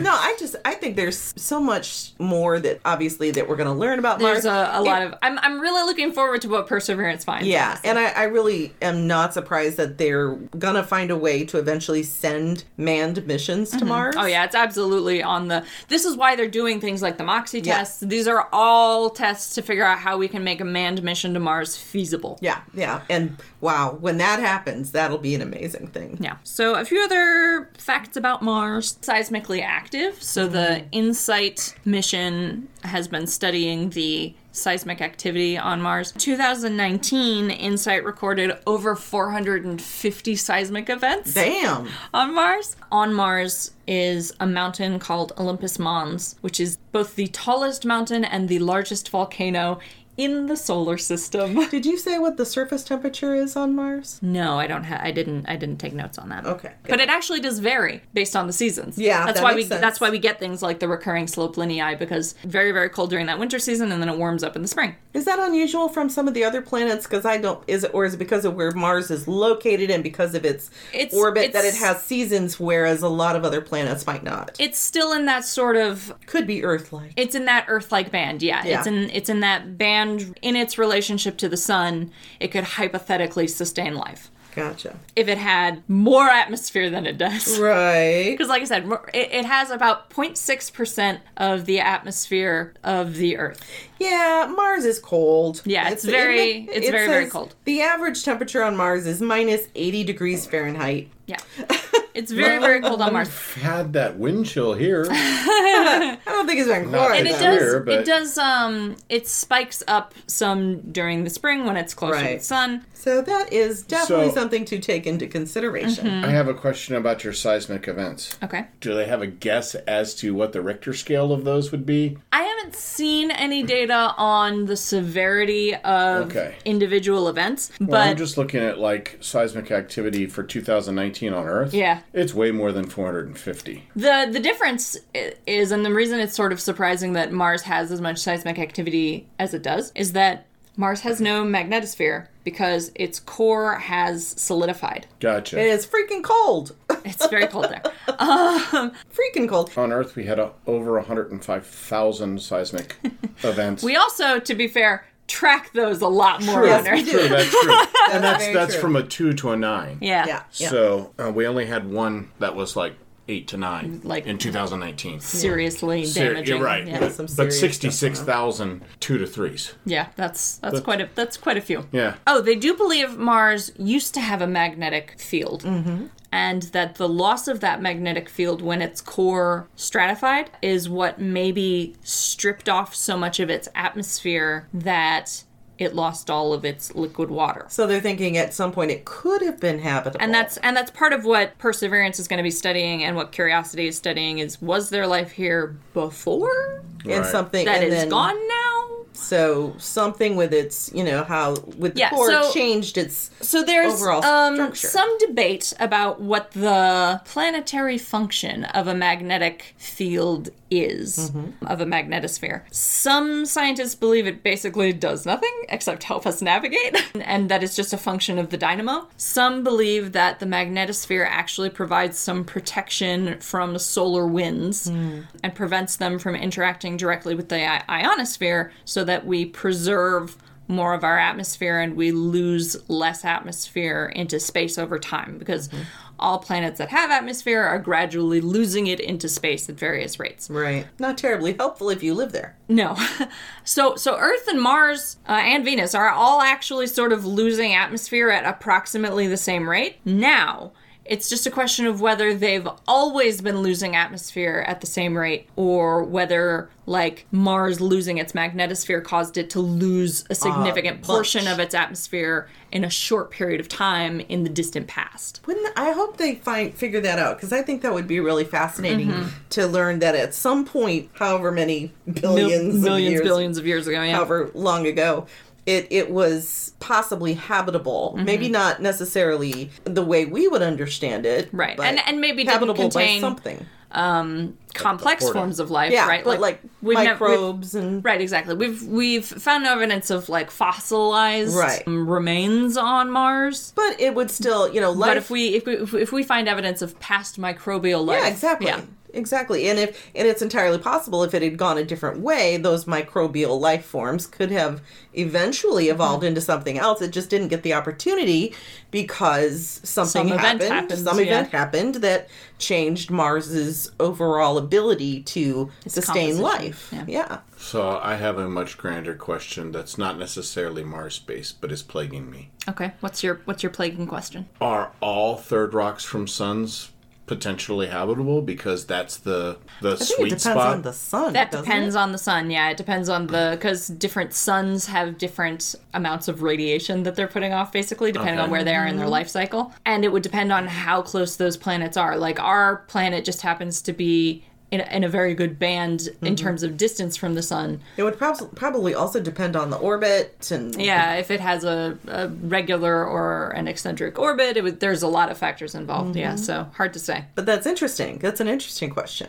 Speaker 2: No, I just I think there's so much more that obviously that we're going to learn about
Speaker 7: There's
Speaker 2: Mars.
Speaker 7: a, a lot
Speaker 2: It-
Speaker 7: of. I'm I'm really looking forward to what Perseverance finds.
Speaker 2: yeah, and I, I really am not surprised that they're gonna find a way to eventually send manned missions to Mars.
Speaker 7: Oh yeah, it's absolutely on the. This is why they're doing things like the Moxie
Speaker 2: Yeah.
Speaker 7: tests. These are all tests to figure out how we can make a manned mission to Mars feasible.
Speaker 2: yeah, yeah. And wow, when that happens, that'll be an amazing thing.
Speaker 7: Yeah. So a few other facts about Mars. Seismically active. So the InSight mission has been studying the seismic activity on Mars. 2019, InSight recorded over 450 seismic events.
Speaker 2: Damn.
Speaker 7: on Mars. On Mars is a mountain called Olympus Mons, which is both the tallest mountain and the largest volcano in the solar system.
Speaker 2: Did you say what the surface temperature is on Mars?
Speaker 7: no, I don't have I didn't I didn't take notes on that.
Speaker 2: Okay.
Speaker 7: But it actually does vary based on the seasons.
Speaker 2: Yeah,
Speaker 7: That's
Speaker 2: that
Speaker 7: why
Speaker 2: makes
Speaker 7: we
Speaker 2: sense.
Speaker 7: that's why we get things like the recurring slope linei because very very cold during that winter season and then it warms up in the spring.
Speaker 2: Is that unusual from some of the other planets? Because I don't is it or is it because of where Mars is located and because of its,
Speaker 7: It's-
Speaker 2: orbit that it
Speaker 7: it's-
Speaker 2: has seasons, whereas a lot of other planets might not. It
Speaker 7: It's still in that sort of
Speaker 2: could be Earth-like.
Speaker 7: It's in that Earth-like band, yeah.
Speaker 2: Yeah.
Speaker 7: It's in it's in that band in its relationship to the sun. It could hypothetically sustain life
Speaker 2: Gotcha.
Speaker 7: if it had more atmosphere than it does.
Speaker 2: Right.
Speaker 7: Because, like I said, more- it, it has about 0.6 percent of the atmosphere of the Earth.
Speaker 2: Yeah, Mars is cold.
Speaker 7: Yeah, it's very-
Speaker 2: ma-
Speaker 7: it's very, very
Speaker 2: says
Speaker 7: cold.
Speaker 2: The average temperature on Mars is minus 80 degrees Fahrenheit.
Speaker 7: Yeah, it's very very cold on Mars.
Speaker 3: had that wind chill here.
Speaker 2: I don't think it's been
Speaker 3: Not
Speaker 2: quite.
Speaker 7: And it
Speaker 3: It's
Speaker 7: does.
Speaker 3: here,
Speaker 7: It
Speaker 3: but-
Speaker 7: does. Um, it spikes up some during the spring when it's closer to
Speaker 2: Right.
Speaker 7: the sun.
Speaker 2: So that is definitely
Speaker 3: So-
Speaker 2: something to take into consideration.
Speaker 7: Mm-hmm.
Speaker 3: I have a question about your seismic events.
Speaker 7: Okay.
Speaker 3: Do they have a guess as to what the Richter scale of those would be?
Speaker 7: I haven't seen any data on the severity of
Speaker 3: Okay.
Speaker 7: individual events, but
Speaker 3: Well, I'm just looking at like seismic activity for 2019 on Earth.
Speaker 7: Yeah.
Speaker 3: It's way more than 450.
Speaker 7: the the difference i- is, and the reason it's sort of surprising that Mars has as much seismic activity as it does, is that Mars has no magnetosphere because its core has solidified.
Speaker 3: Gotcha.
Speaker 2: It is freaking cold.
Speaker 7: It's very cold there.
Speaker 2: freaking cold.
Speaker 3: on Earth, we had a, over 105,000 seismic events.
Speaker 7: We also, to be fair, track those a lot more
Speaker 3: true,
Speaker 7: on Earth.
Speaker 3: true, that's true. and that's
Speaker 2: very
Speaker 3: that's
Speaker 2: true.
Speaker 3: from a two to a nine.
Speaker 7: Yeah.
Speaker 2: Yeah. yeah.
Speaker 3: So uh, we only had one that was like eight to nine,
Speaker 7: Like-
Speaker 3: in 2019.
Speaker 7: Seriously
Speaker 3: Ser-
Speaker 7: damaging.
Speaker 3: you're right.
Speaker 7: Yeah,
Speaker 3: But,
Speaker 2: some
Speaker 3: but
Speaker 2: serious
Speaker 3: 66,000 two to threes.
Speaker 7: Yeah, that's that's quite a that's quite a few.
Speaker 3: Yeah.
Speaker 7: Oh, they do believe Mars used to have a magnetic field.
Speaker 3: Mm-hmm.
Speaker 7: And that the loss of that magnetic field when its core stratified is what maybe stripped off so much of its atmosphere that it lost all of its liquid water.
Speaker 2: So they're thinking at some point it could have been habitable.
Speaker 7: And that's and that's part of what Perseverance is going to be studying and what Curiosity is studying is was there life here before
Speaker 2: and
Speaker 3: Right.
Speaker 2: something
Speaker 7: that
Speaker 2: and
Speaker 7: is
Speaker 2: then-
Speaker 7: gone now?
Speaker 2: So something with its, you know, how with the
Speaker 7: Yeah,
Speaker 2: core
Speaker 7: so-
Speaker 2: changed its
Speaker 7: So there's
Speaker 2: overall
Speaker 7: um,
Speaker 2: structure.
Speaker 7: some debate about what the planetary function of a magnetic field is,
Speaker 2: Mm-hmm.
Speaker 7: of a magnetosphere. Some scientists believe it basically does nothing except help us navigate, and that it's just a function of the dynamo. Some believe that the magnetosphere actually provides some protection from solar winds and prevents them from interacting directly with the i- ionosphere so that we preserve more of our atmosphere and we lose less atmosphere into space over time because all planets that have atmosphere are gradually losing it into space at various rates.
Speaker 2: right. Not terribly helpful if you live there.
Speaker 7: No. so so Earth and Mars uh, and Venus are all actually sort of losing atmosphere at approximately the same rate. Now, it's just a question of whether they've always been losing atmosphere at the same rate or whether like Mars losing its magnetosphere caused it to lose a
Speaker 2: Ah,
Speaker 7: significant portion of its atmosphere in a short period of time in the distant past.
Speaker 2: Wouldn't I hope they find figure that out because I think that would be really fascinating
Speaker 7: Mm-hmm.
Speaker 2: to learn that at some point, however many billions,
Speaker 7: Millions
Speaker 2: of years,
Speaker 7: billions of years ago, yeah.
Speaker 2: however long ago, it it was possibly habitable.
Speaker 7: Mm-hmm.
Speaker 2: Maybe not necessarily the way we would understand it.
Speaker 7: Right.
Speaker 2: but
Speaker 7: And- and maybe didn't
Speaker 2: habitable
Speaker 7: contain-
Speaker 2: by something.
Speaker 7: um, complex
Speaker 3: Florida.
Speaker 7: forms of life,
Speaker 2: Yeah,
Speaker 7: right?
Speaker 2: but like,
Speaker 7: nev-
Speaker 2: microbes and
Speaker 7: Right, exactly. We've we've found no evidence of like fossilized
Speaker 2: Right.
Speaker 7: remains on Mars.
Speaker 2: but it would still you know life.
Speaker 7: But if we if we if we- if we find evidence of past microbial life,
Speaker 2: yeah exactly.
Speaker 7: yeah.
Speaker 2: Exactly, and if and it's entirely possible if it had gone a different way, those microbial life forms could have
Speaker 7: Mm-hmm.
Speaker 2: eventually evolved into something else. It just didn't get the opportunity because something
Speaker 7: Some event
Speaker 2: happened,
Speaker 7: happened,
Speaker 2: some
Speaker 7: yeah.
Speaker 2: event happened that changed Mars's overall ability to sustain
Speaker 7: composition,
Speaker 2: life.
Speaker 7: yeah.
Speaker 2: yeah,
Speaker 3: So I have a much grander question that's not necessarily Mars based, but is plaguing me.
Speaker 7: Okay, what's your what's your plaguing question?
Speaker 3: Are all third rocks from suns potentially habitable? Because that's the the
Speaker 2: I think
Speaker 3: sweet
Speaker 2: it depends
Speaker 3: spot.
Speaker 2: on the sun.
Speaker 7: That
Speaker 2: doesn't
Speaker 7: depends
Speaker 2: it?
Speaker 7: on the sun. Yeah, it depends on the because different suns have different amounts of radiation that they're putting off, basically depending
Speaker 3: Okay.
Speaker 7: on where they are in
Speaker 2: Mm-hmm.
Speaker 7: their life cycle, and it would depend on how close those planets are. Like our planet just happens to be in, in a very good band
Speaker 2: Mm-hmm.
Speaker 7: in terms of distance from the sun.
Speaker 2: It would prob- probably also depend on the orbit and
Speaker 7: Yeah, if it has a, a regular or an eccentric orbit, it would, there's a lot of factors involved. Yeah,
Speaker 2: Mm-hmm.
Speaker 7: so hard to say.
Speaker 2: But that's interesting. That's an interesting question.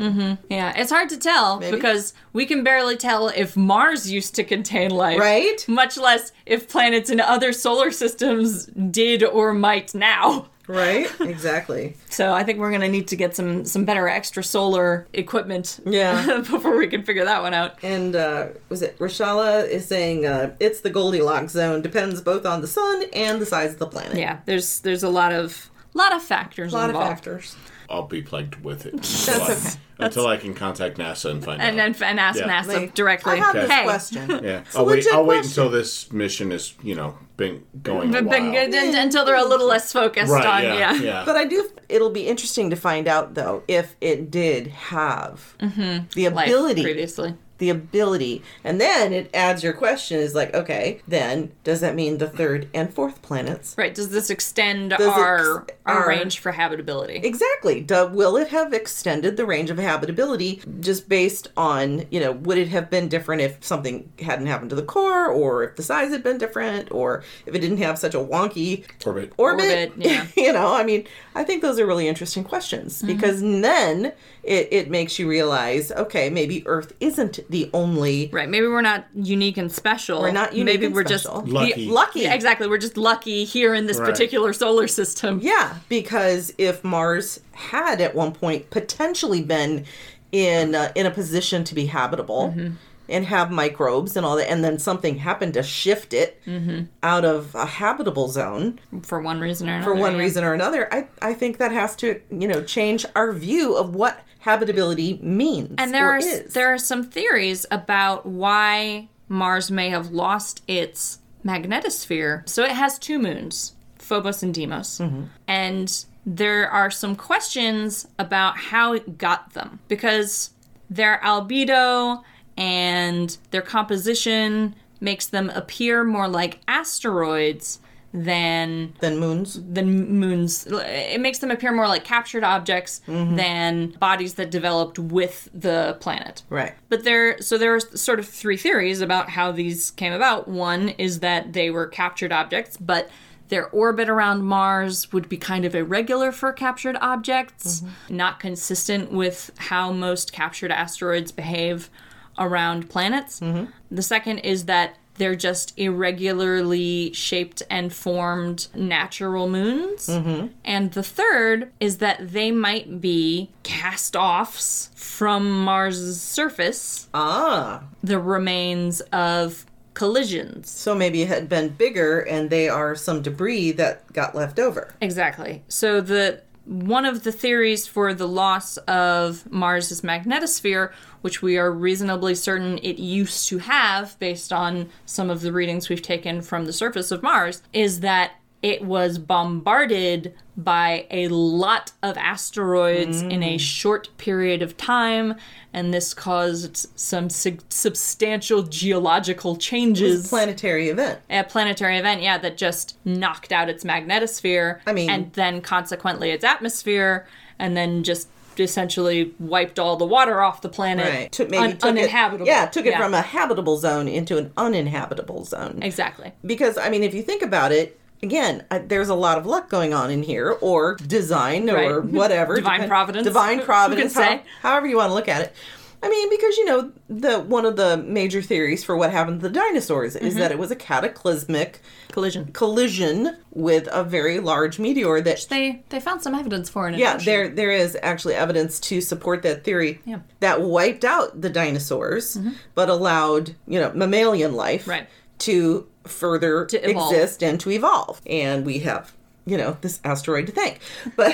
Speaker 7: Yeah, it's hard to tell because we can barely tell if Mars used to contain life.
Speaker 2: Right?
Speaker 7: Much less if planets in other solar systems did or might now.
Speaker 2: Right? exactly.
Speaker 7: So I think we're going to need to get some some better extrasolar equipment
Speaker 2: Yeah.
Speaker 7: before we can figure that one out.
Speaker 2: And uh, was it Rashala is saying uh, it's the Goldilocks zone. Depends both on the sun and the size of the planet.
Speaker 7: Yeah, there's there's a lot of lot of factors
Speaker 2: A lot
Speaker 7: involved.
Speaker 2: of factors.
Speaker 3: I'll be plagued with it. until I-
Speaker 2: okay.
Speaker 3: Until I can contact NASA and find
Speaker 7: And
Speaker 3: out.
Speaker 7: then and ask
Speaker 3: Yeah.
Speaker 7: NASA
Speaker 2: Like,
Speaker 7: directly.
Speaker 2: I have
Speaker 3: Okay.
Speaker 2: this
Speaker 7: Hey,
Speaker 2: question.
Speaker 3: yeah,
Speaker 2: a
Speaker 3: I'll wait.
Speaker 2: legit
Speaker 3: I'll wait
Speaker 2: question.
Speaker 3: until this mission is, you know, been going a
Speaker 7: But- but-
Speaker 3: while.
Speaker 7: un- until they're a little less focused on
Speaker 3: Right? Yeah.
Speaker 7: yeah.
Speaker 3: Yeah.
Speaker 2: But I do. It'll be interesting to find out though if it did have the
Speaker 7: Like
Speaker 2: ability
Speaker 7: previously.
Speaker 2: the ability. And then it adds your question is like, okay, then does that mean the third and fourth planets?
Speaker 7: Right. Does this extend
Speaker 2: it
Speaker 7: our,
Speaker 2: ex-
Speaker 7: our
Speaker 2: our-
Speaker 7: range for habitability?
Speaker 2: Exactly. Duh, will it have extended the range of habitability just based on, you know, would it have been different if something hadn't happened to the core or if the size had been different or if it didn't have such a wonky
Speaker 3: Orbit.
Speaker 2: orbit?
Speaker 7: Orbit, yeah. Mm-hmm.
Speaker 2: you know, I mean, I think those are really interesting questions because then it, it makes you realize, okay, maybe Earth isn't the only
Speaker 7: Right. Maybe we're not unique and special.
Speaker 2: We're not unique
Speaker 7: Maybe
Speaker 2: and
Speaker 7: we're
Speaker 2: special.
Speaker 7: just
Speaker 3: Lucky.
Speaker 7: Yeah,
Speaker 2: lucky.
Speaker 7: yeah, exactly. We're just lucky here in this
Speaker 3: Right.
Speaker 7: particular solar system.
Speaker 2: Yeah, because if Mars had at one point potentially been in uh, in a position to be habitable
Speaker 7: Mm-hmm.
Speaker 2: and have microbes and all that, and then something happened to shift it
Speaker 7: Mm-hmm.
Speaker 2: out of a habitable zone
Speaker 7: For one reason or another.
Speaker 2: for one
Speaker 7: yeah.
Speaker 2: reason or another, I I think that has to you know change our view of what habitability means
Speaker 7: And there
Speaker 2: or
Speaker 7: are s-
Speaker 2: is.
Speaker 7: there are some theories about why Mars may have lost its magnetosphere. So it has two moons, Phobos and Deimos.
Speaker 2: Mm-hmm.
Speaker 7: And there are some questions about how it got them because their albedo and their composition makes them appear more like asteroids than
Speaker 2: than moons.
Speaker 7: than moons. It makes them appear more like captured objects than bodies that developed with the planet.
Speaker 2: Right.
Speaker 7: But there, so there are sort of three theories about how these came about. One is that they were captured objects, but their orbit around Mars would be kind of irregular for captured objects, not consistent with how most captured asteroids behave around planets. The second is that they're just irregularly shaped and formed natural moons. And the third is that they might be cast offs from Mars' surface,
Speaker 2: Ah,
Speaker 7: the remains of collisions.
Speaker 2: so maybe it had been bigger, and they are some debris that got left over.
Speaker 7: Exactly. So the one of the theories for the loss of Mars's magnetosphere, which we are reasonably certain it used to have based on some of the readings we've taken from the surface of Mars, is that it was bombarded by a lot of asteroids in a short period of time, and this caused some sig- substantial geological changes
Speaker 2: Planetary event.
Speaker 7: a planetary event, yeah, that just knocked out its magnetosphere.
Speaker 2: I mean-
Speaker 7: and then consequently its atmosphere, and then just essentially wiped all the water off the planet,
Speaker 2: Right. Took, maybe
Speaker 7: un-
Speaker 2: took
Speaker 7: uninhabitable.
Speaker 2: It, yeah, took it from a habitable zone into an uninhabitable zone.
Speaker 7: exactly.
Speaker 2: because I mean, if you think about it, again, I, there's a lot of luck going on in here, or design, or
Speaker 7: Right.
Speaker 2: whatever,
Speaker 7: Divine
Speaker 2: Depen-
Speaker 7: providence.
Speaker 2: divine
Speaker 7: Who can
Speaker 2: providence, how-
Speaker 7: say?
Speaker 2: however you want to look at it. I mean, because you know, the one of the major theories for what happened to the dinosaurs is that it was a cataclysmic
Speaker 7: Mm-hmm. Collision.
Speaker 2: collision with a very large meteor that
Speaker 4: They they found some evidence for it. in
Speaker 2: yeah,
Speaker 4: ocean.
Speaker 2: there there is actually evidence to support that theory
Speaker 4: Yeah.
Speaker 2: that wiped out the dinosaurs, but allowed you know mammalian life
Speaker 7: Mm-hmm. Right.
Speaker 2: to further
Speaker 7: evolve.
Speaker 2: exist and to evolve. And we have you know this asteroid to thank, but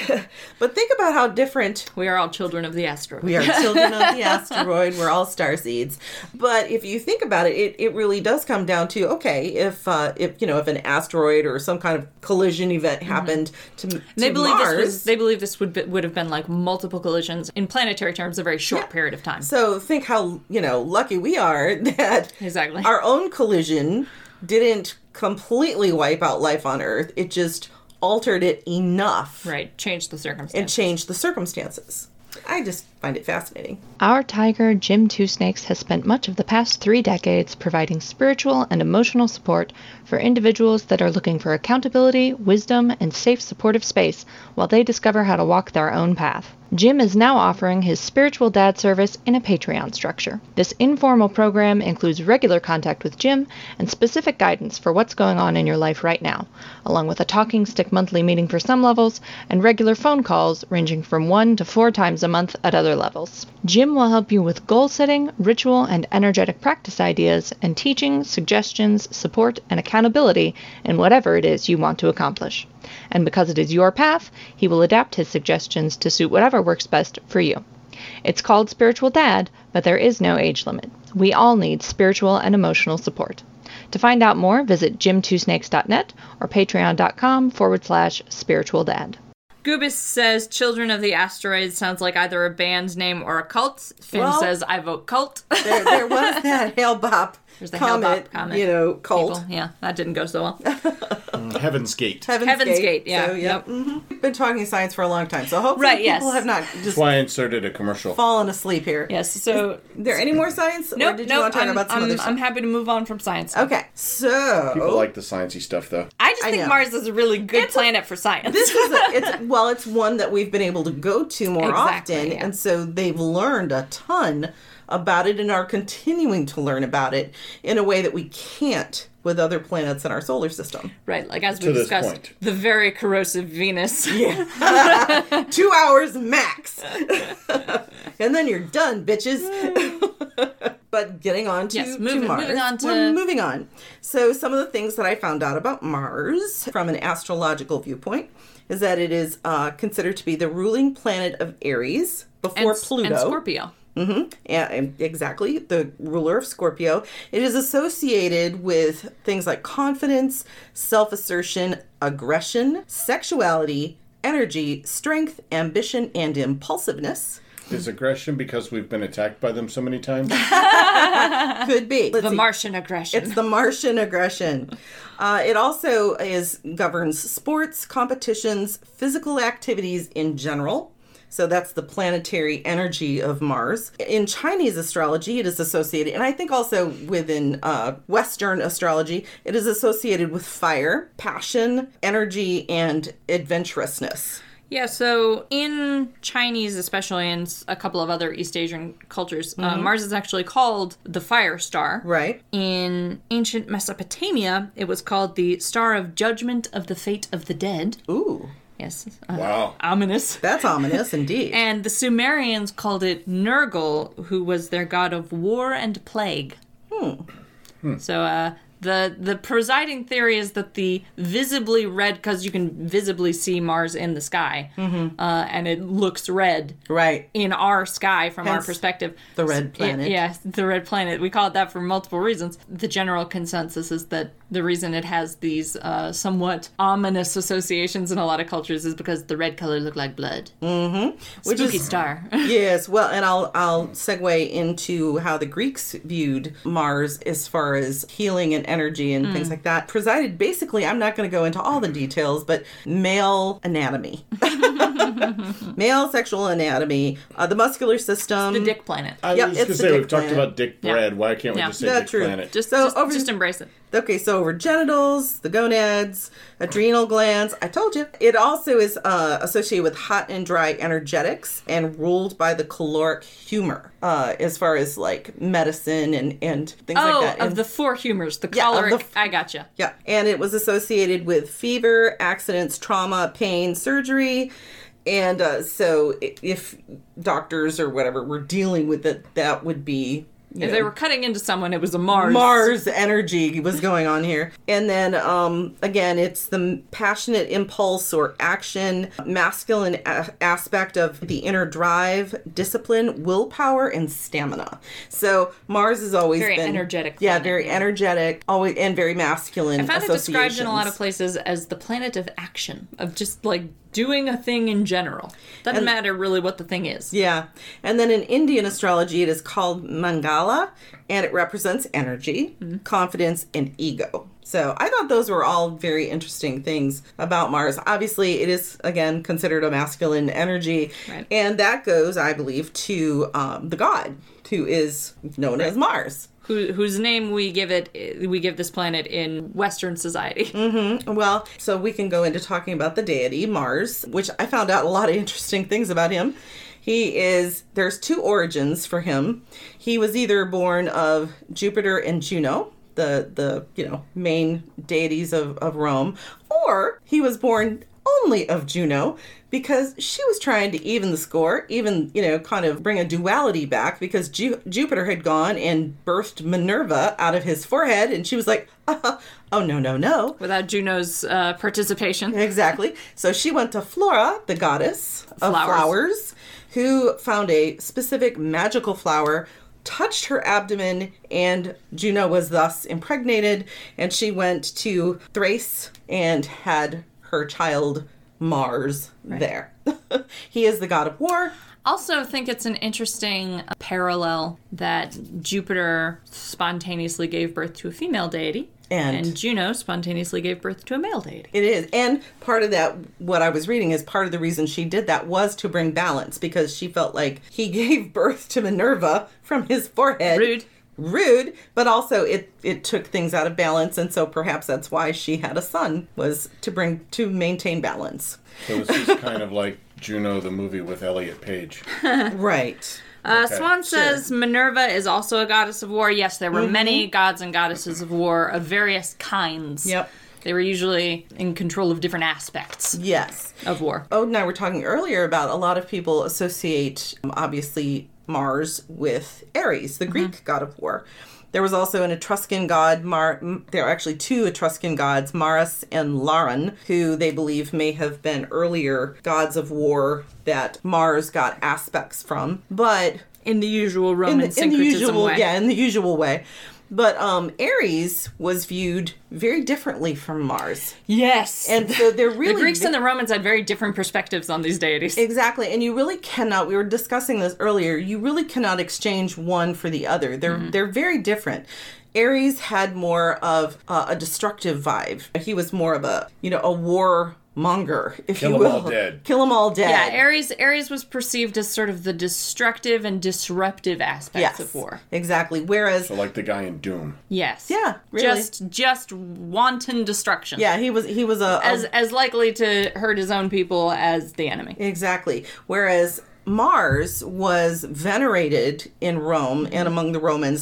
Speaker 2: but think about how different
Speaker 7: We are all children of the asteroid.
Speaker 2: we are children of the asteroid. We're all star seeds. But if you think about it, it, it really does come down to okay, if uh, if you know if an asteroid or some kind of collision event happened to, to
Speaker 7: Mm-hmm. They believe
Speaker 2: Mars,
Speaker 7: this was, they believe this would be, would have been like multiple collisions in planetary terms, a very short period of time.
Speaker 2: So think how you know lucky we are that
Speaker 7: Exactly.
Speaker 2: our own collision didn't completely wipe out life on Earth. It just altered it enough
Speaker 7: right, change the
Speaker 2: and
Speaker 7: circumstance.
Speaker 2: changed the circumstances. I just find it fascinating.
Speaker 6: Our tiger, Jim Two Snakes, has spent much of the past three decades providing spiritual and emotional support for individuals that are looking for accountability, wisdom, and safe supportive space while they discover how to walk their own path. Jim is now offering his spiritual dad service in a Patreon structure. This informal program includes regular contact with Jim and specific guidance for what's going on in your life right now, along with a talking stick monthly meeting for some levels and regular phone calls ranging from one to four times a month at other levels. Jim will help you with goal setting, ritual, and energetic practice ideas, and teaching, suggestions, support, and accountability in whatever it is you want to accomplish. And because it is your path, he will adapt his suggestions to suit whatever works best for you. It's called Spiritual Dad, but there is no age limit. We all need spiritual and emotional support. To find out more, visit jim2snakes.net or patreon.com forward slash spiritual dad.
Speaker 7: Goobis says "Children of the Asteroid" sounds like either a band name or a cult. Finn
Speaker 2: Well-
Speaker 7: says, "I vote cult."
Speaker 2: There, there was that hail bop
Speaker 7: the hail
Speaker 2: comet,
Speaker 7: bop comet,
Speaker 2: you know, cult.
Speaker 7: People, yeah, that didn't go so well.
Speaker 3: Mm, Heaven's Gate.
Speaker 2: Heaven's,
Speaker 7: Heaven's Gate, yeah,
Speaker 2: So,
Speaker 7: yep.
Speaker 2: mhm. We've been talking science for a long time, so hopefully
Speaker 7: Right, yes.
Speaker 2: people have not just
Speaker 3: That's why I inserted a commercial.
Speaker 2: fallen asleep here.
Speaker 7: Yes, so
Speaker 2: There any more science?
Speaker 7: no,
Speaker 2: or
Speaker 7: nope,
Speaker 2: did you
Speaker 7: nope,
Speaker 2: want to talk
Speaker 7: I'm,
Speaker 2: about some
Speaker 7: I'm,
Speaker 2: other stuff?
Speaker 7: I'm happy to move on from science.
Speaker 2: Okay, so
Speaker 3: People like the sciencey stuff, though.
Speaker 7: I just think
Speaker 2: know.
Speaker 7: Mars is a really good planet for science.
Speaker 2: this is a, it's well it's one that we've been able to go to more
Speaker 7: Exactly,
Speaker 2: often
Speaker 7: yeah.
Speaker 2: and so they've learned a ton about it and are continuing to learn about it in a way that we can't with other planets in our solar system
Speaker 7: right, like as we
Speaker 3: To this
Speaker 7: discussed,
Speaker 3: point.
Speaker 7: the very corrosive Venus.
Speaker 2: two hours max and then you're done bitches but getting on to,
Speaker 7: Yes,
Speaker 2: to
Speaker 7: moving-
Speaker 2: mars
Speaker 7: moving on to-
Speaker 2: We're moving on so some of the things that i found out about mars from an astrological viewpoint is that it is uh, considered to be the ruling planet of aries before
Speaker 7: and,
Speaker 2: pluto
Speaker 7: and Scorpio.
Speaker 2: Yeah, and exactly. The ruler of Scorpio. It is associated with things like confidence, self assertion, aggression, sexuality, energy, strength, ambition, and impulsiveness.
Speaker 3: Is aggression because we've been attacked by them so many times?
Speaker 2: Could be. Let's
Speaker 7: The
Speaker 2: see.
Speaker 7: Martian aggression.
Speaker 2: It's the Martian aggression. Uh, it also is governs sports, competitions, physical activities in general. So that's the planetary energy of Mars. In Chinese astrology, it is associated, and I think also within uh, Western astrology, it is associated with fire, passion, energy, and adventurousness.
Speaker 7: Yeah, so in Chinese, especially in s- a couple of other East Asian cultures, uh, Mars is actually called the fire star.
Speaker 2: Right?
Speaker 7: In ancient Mesopotamia, it was called the star of judgment of the fate of the dead.
Speaker 2: Ooh,
Speaker 7: Yes, uh,
Speaker 3: Wow.
Speaker 7: ominous.
Speaker 2: that's ominous indeed.
Speaker 7: And the Sumerians called it Nergal, who was their god of war and plague. So uh, the the presiding theory is that the visibly red, because you can visibly see Mars in the sky, uh, and it looks red
Speaker 2: right.
Speaker 7: in our sky from our
Speaker 2: Hence,
Speaker 7: perspective.
Speaker 2: the red planet.
Speaker 7: Yes, the red planet. We call it that for multiple reasons. The general consensus is that the reason it has these uh, somewhat ominous associations in a lot of cultures is because the red color looked like blood. Mm-hmm. Which Spooky star.
Speaker 2: Yes, well, and I'll I'll segue into how the Greeks viewed Mars as far as healing and energy and things like that. Presided basically, I'm not going to go into all the details, but male anatomy, male sexual anatomy, uh, the muscular system,
Speaker 7: the dick planet.
Speaker 3: I
Speaker 2: Yep,
Speaker 3: was
Speaker 2: it's
Speaker 3: gonna
Speaker 2: the
Speaker 3: say
Speaker 2: dick
Speaker 3: we've talked
Speaker 2: planet.
Speaker 3: about Dick Bread. Why can't we
Speaker 7: Yeah.
Speaker 3: just say
Speaker 2: Yeah,
Speaker 3: Dick
Speaker 2: true.
Speaker 3: Planet?
Speaker 7: just,
Speaker 2: so
Speaker 7: just,
Speaker 2: over-
Speaker 7: just embrace it.
Speaker 2: Okay, so over genitals, the gonads, adrenal glands. I told you. It also is uh, associated with hot and dry energetics and ruled by the caloric humor uh, as far as like medicine and, and things like
Speaker 7: Oh,
Speaker 2: that.
Speaker 7: of
Speaker 2: And-
Speaker 7: the four humors, the
Speaker 2: Yeah, of
Speaker 7: choleric.
Speaker 2: the f-
Speaker 7: I gotcha.
Speaker 2: yeah, and it was associated with fever, accidents, trauma, pain, surgery. And uh, so i- if doctors or whatever were dealing with it, that would be. you
Speaker 7: If
Speaker 2: know,
Speaker 7: they were cutting into someone, it was a Mars.
Speaker 2: Mars energy was going on here. And then um, again, it's the passionate impulse or action, masculine a- aspect of the inner drive, discipline, willpower, and stamina. So Mars has always
Speaker 7: Very
Speaker 2: been
Speaker 7: energetic
Speaker 2: Yeah,
Speaker 7: planet,
Speaker 2: very
Speaker 7: yeah.
Speaker 2: energetic, always and very masculine.
Speaker 7: I found it described in a lot of
Speaker 2: associations.
Speaker 7: places as the planet of action, of just like doing a thing in general. Doesn't matter really what the thing is.
Speaker 2: Yeah. And then in Indian astrology, it is called Mangala, and it represents energy, confidence, and ego. So I thought those were all very interesting things about Mars. Obviously, it is, again, considered a masculine energy.
Speaker 7: Right.
Speaker 2: And that goes, I believe, to um, the god, who is known as Mars.
Speaker 7: Who, whose name we give it, we give this planet in Western society.
Speaker 2: Well, so we can go into talking about the deity Mars, which I found out a lot of interesting things about him. He is there's two origins for him. He was either born of Jupiter and Juno, the the you know main deities of, of Rome, or he was born only of Juno because she was trying to even the score, even you know kind of bring a duality back because Ju- Jupiter had gone and birthed Minerva out of his forehead, and she was like, oh no no no,
Speaker 7: Without Juno's uh, participation.
Speaker 2: Exactly. So she went to Flora, the goddess of
Speaker 7: Flowers.
Speaker 2: flowers. who found a specific magical flower, touched her abdomen, and Juno was thus impregnated. And she went to Thrace and had her child Mars there. he is the god of war.
Speaker 7: Also, think it's an interesting parallel that Jupiter spontaneously gave birth to a female deity,
Speaker 2: And-
Speaker 7: Juno spontaneously gave birth to a male deity.
Speaker 2: It is. And part of that, what I was reading, is part of the reason she did that was to bring balance because she felt like he gave birth to Minerva from his forehead.
Speaker 7: Rude.
Speaker 2: Rude, but also it it took things out of balance, and so perhaps that's why she had a son was to bring to maintain balance.
Speaker 3: So it's just kind of like Juno the movie with Elliot Page.
Speaker 2: Right.
Speaker 7: Uh, Swan says Minerva is also a goddess of war. Yes, there were many gods and goddesses of war of various kinds.
Speaker 2: Yep.
Speaker 7: They were usually in control of different aspects
Speaker 2: Yes.
Speaker 7: of war.
Speaker 2: Odin and I were talking earlier about a lot of people associate, um, obviously, Mars with Ares, the Greek
Speaker 7: Mm-hmm.
Speaker 2: god of war. There was also an Etruscan god, Mar. m- There are actually two Etruscan gods, Maris and Laran, who they believe may have been earlier gods of war that Mars got aspects from. But
Speaker 7: In the usual Roman syncretism
Speaker 2: usual,
Speaker 7: way.
Speaker 2: yeah, in the usual way. But um, Ares was viewed very differently from Mars,
Speaker 7: Yes.
Speaker 2: and so they're really
Speaker 7: the Greeks and the Romans had very different perspectives on these deities.
Speaker 2: Exactly. And you really cannot we were discussing this earlier, you really cannot exchange one for the other. They're
Speaker 7: Mm-hmm.
Speaker 2: they're very different. Aries had more of uh, a destructive vibe. He was more of a, you know, a war monger, if
Speaker 3: Kill
Speaker 2: you
Speaker 3: 'em
Speaker 2: will.
Speaker 3: all dead.
Speaker 2: Kill them all dead.
Speaker 7: yeah, Ares Ares was perceived as sort of the destructive and disruptive aspects
Speaker 2: Yes,
Speaker 7: of war.
Speaker 2: Exactly. Whereas
Speaker 3: So like the guy in Doom.
Speaker 7: Yes.
Speaker 2: Yeah, really.
Speaker 7: Just just wanton destruction.
Speaker 2: yeah, he was he was a, a
Speaker 7: As as likely to hurt his own people as the enemy.
Speaker 2: Exactly. Whereas Mars was venerated in Rome and among the Romans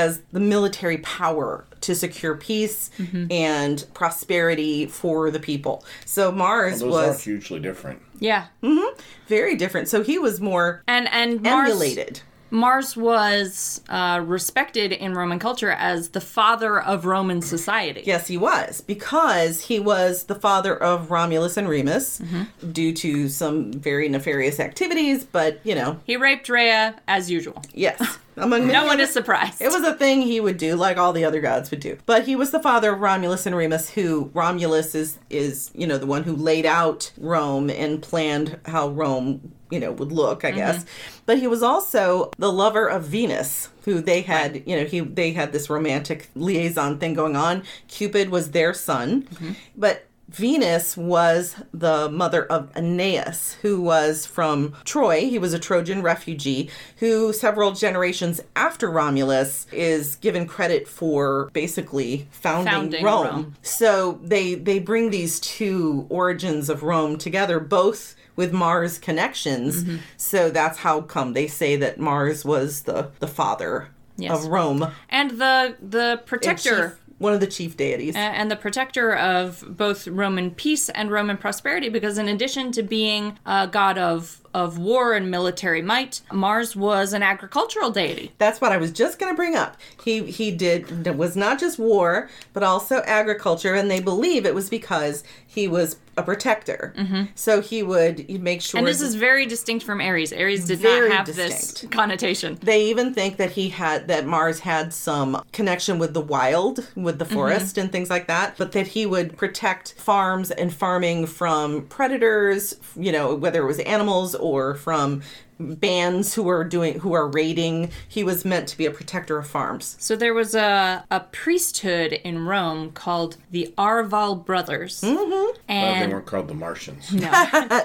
Speaker 2: as the military power to secure peace
Speaker 7: Mm-hmm.
Speaker 2: and prosperity for the people. So Mars
Speaker 3: Those are
Speaker 2: was
Speaker 3: hugely different.
Speaker 7: Yeah.
Speaker 2: Mm-hmm. very different. So he was more
Speaker 7: And and Mars
Speaker 2: emulated.
Speaker 7: Mars was uh, respected in Roman culture as the father of Roman society.
Speaker 2: Yes, he was because he was the father of Romulus and Remus
Speaker 7: Mm-hmm.
Speaker 2: due to some very nefarious activities, but you know,
Speaker 7: He raped Rhea as usual.
Speaker 2: Yes. Among
Speaker 7: No
Speaker 2: many
Speaker 7: one
Speaker 2: other-
Speaker 7: is surprised.
Speaker 2: It was a thing he would do, like all the other gods would do. But he was the father of Romulus and Remus, who Romulus is is you know the one who laid out Rome and planned how Rome you know would look, I guess. But he was also the lover of Venus, who they had you know he they had this romantic liaison thing going on. Cupid was their son, but. Venus was the mother of Aeneas, who was from Troy. He was a Trojan refugee who, several generations after Romulus, is given credit for basically founding,
Speaker 7: Founding
Speaker 2: Rome.
Speaker 7: Rome.
Speaker 2: So they they bring these two origins of Rome together, both with Mars connections.
Speaker 7: Mm-hmm.
Speaker 2: So that's how come they say that Mars was the the father
Speaker 7: Yes.
Speaker 2: of Rome,
Speaker 7: and the the protector
Speaker 2: Chief- one of the chief deities.
Speaker 7: a- and the protector of both Roman peace and Roman prosperity, because in addition to being a god of of war and military might, Mars was an agricultural deity.
Speaker 2: That's what I was just going to bring up. He he did it was not just war, but also agriculture, and they believe it was because he was a protector. Mm-hmm. So he would make sure.
Speaker 7: And this is very distinct from Ares. Ares did
Speaker 2: Very
Speaker 7: not have this
Speaker 2: distinct.
Speaker 7: connotation.
Speaker 2: they even think that he had that Mars had some connection with the wild, with
Speaker 7: Mm-hmm.
Speaker 2: the forest and things like that, but that he would protect farms and farming from predators, you know, whether it was animals or from bands who are doing who are raiding. He was meant to be a protector of farms.
Speaker 7: So there was a, a priesthood in Rome called the Arval Brothers. Mm-hmm.
Speaker 3: Uh, They
Speaker 7: And
Speaker 3: weren't called the Martians.
Speaker 2: No.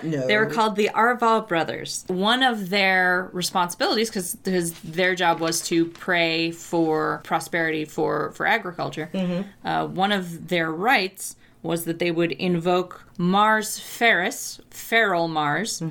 Speaker 7: They were called the Arval brothers. One of their responsibilities, because their job was to pray for prosperity for for agriculture. Uh, one of their rights was that they would invoke Mars Ferris, feral Mars,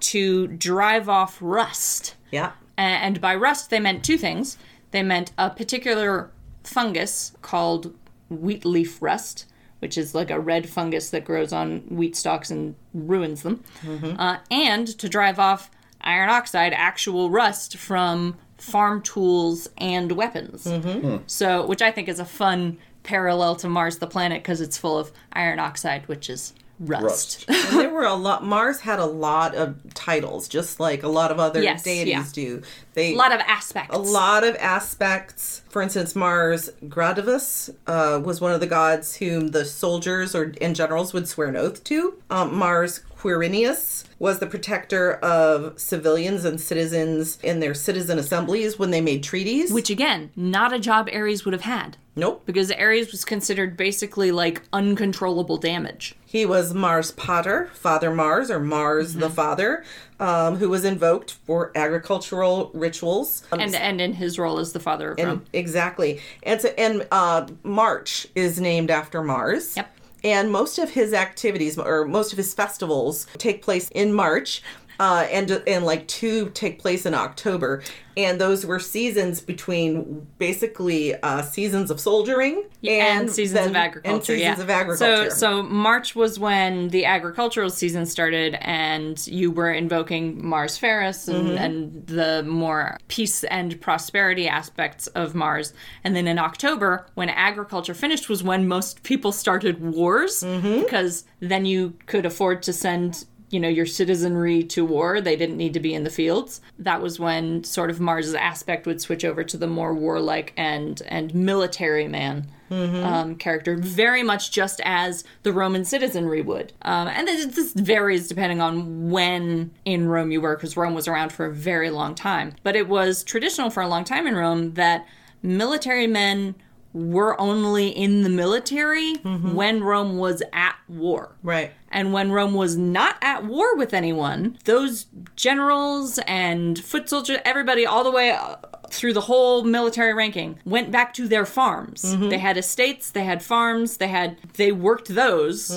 Speaker 7: to drive off rust.
Speaker 2: yeah.
Speaker 7: A- And by rust, they meant two things. They meant a particular fungus called wheat leaf rust, which is like a red fungus that grows on wheat stalks and ruins them,
Speaker 2: Mm-hmm.
Speaker 7: uh, and to drive off iron oxide, actual rust from farm tools and weapons.
Speaker 2: Mm-hmm.
Speaker 7: So, which I think is a fun parallel to Mars the planet because it's full of iron oxide, which is rust.
Speaker 2: And there were a lot. Mars had a lot of titles, just like a lot of other
Speaker 7: Yes,
Speaker 2: deities
Speaker 7: yeah.
Speaker 2: do. They
Speaker 7: a lot of aspects.
Speaker 2: a lot of aspects. For instance, Mars Gradivus uh, was one of the gods whom the soldiers or and generals would swear an oath to. Um, Mars Quirinius was the protector of civilians and citizens in their citizen assemblies when they made treaties.
Speaker 7: Which again, not a job Ares would have had.
Speaker 2: nope,
Speaker 7: because Ares was considered basically like uncontrollable damage.
Speaker 2: He was Mars Potter, Father Mars, or Mars
Speaker 7: Mm-hmm.
Speaker 2: the Father, um, who was invoked for agricultural rituals. Um,
Speaker 7: And and in his role as the father of Rome.
Speaker 2: exactly. And, so, and uh, March is named after Mars.
Speaker 7: Yep.
Speaker 2: And most of his activities, or most of his festivals, take place in March. Uh, and and like two take place in October, and those were seasons between basically uh, seasons of soldiering
Speaker 7: And, seasons
Speaker 2: then-
Speaker 7: of agriculture.
Speaker 2: and seasons
Speaker 7: yeah.
Speaker 2: of agriculture.
Speaker 7: So so March was when the agricultural season started and you were invoking Mars Ferris and,
Speaker 2: Mm-hmm.
Speaker 7: and the more peace and prosperity aspects of Mars. And then in October, when agriculture finished was when most people started wars
Speaker 2: Mm-hmm.
Speaker 7: because then you could afford to send you know your citizenry to war they didn't need to be in the fields that was when sort of mars's aspect would switch over to the more warlike and and military man um, character very much just as the roman citizenry would um, and this, this varies depending on when in rome you were because rome was around for a very long time but it was traditional for a long time in rome that military men were only in the military when rome was at war
Speaker 2: right.
Speaker 7: and when Rome was not at war with anyone, those generals and foot soldiers, everybody all the way uh, through the whole military ranking, went back to their farms. They had estates, they had farms, they had they worked those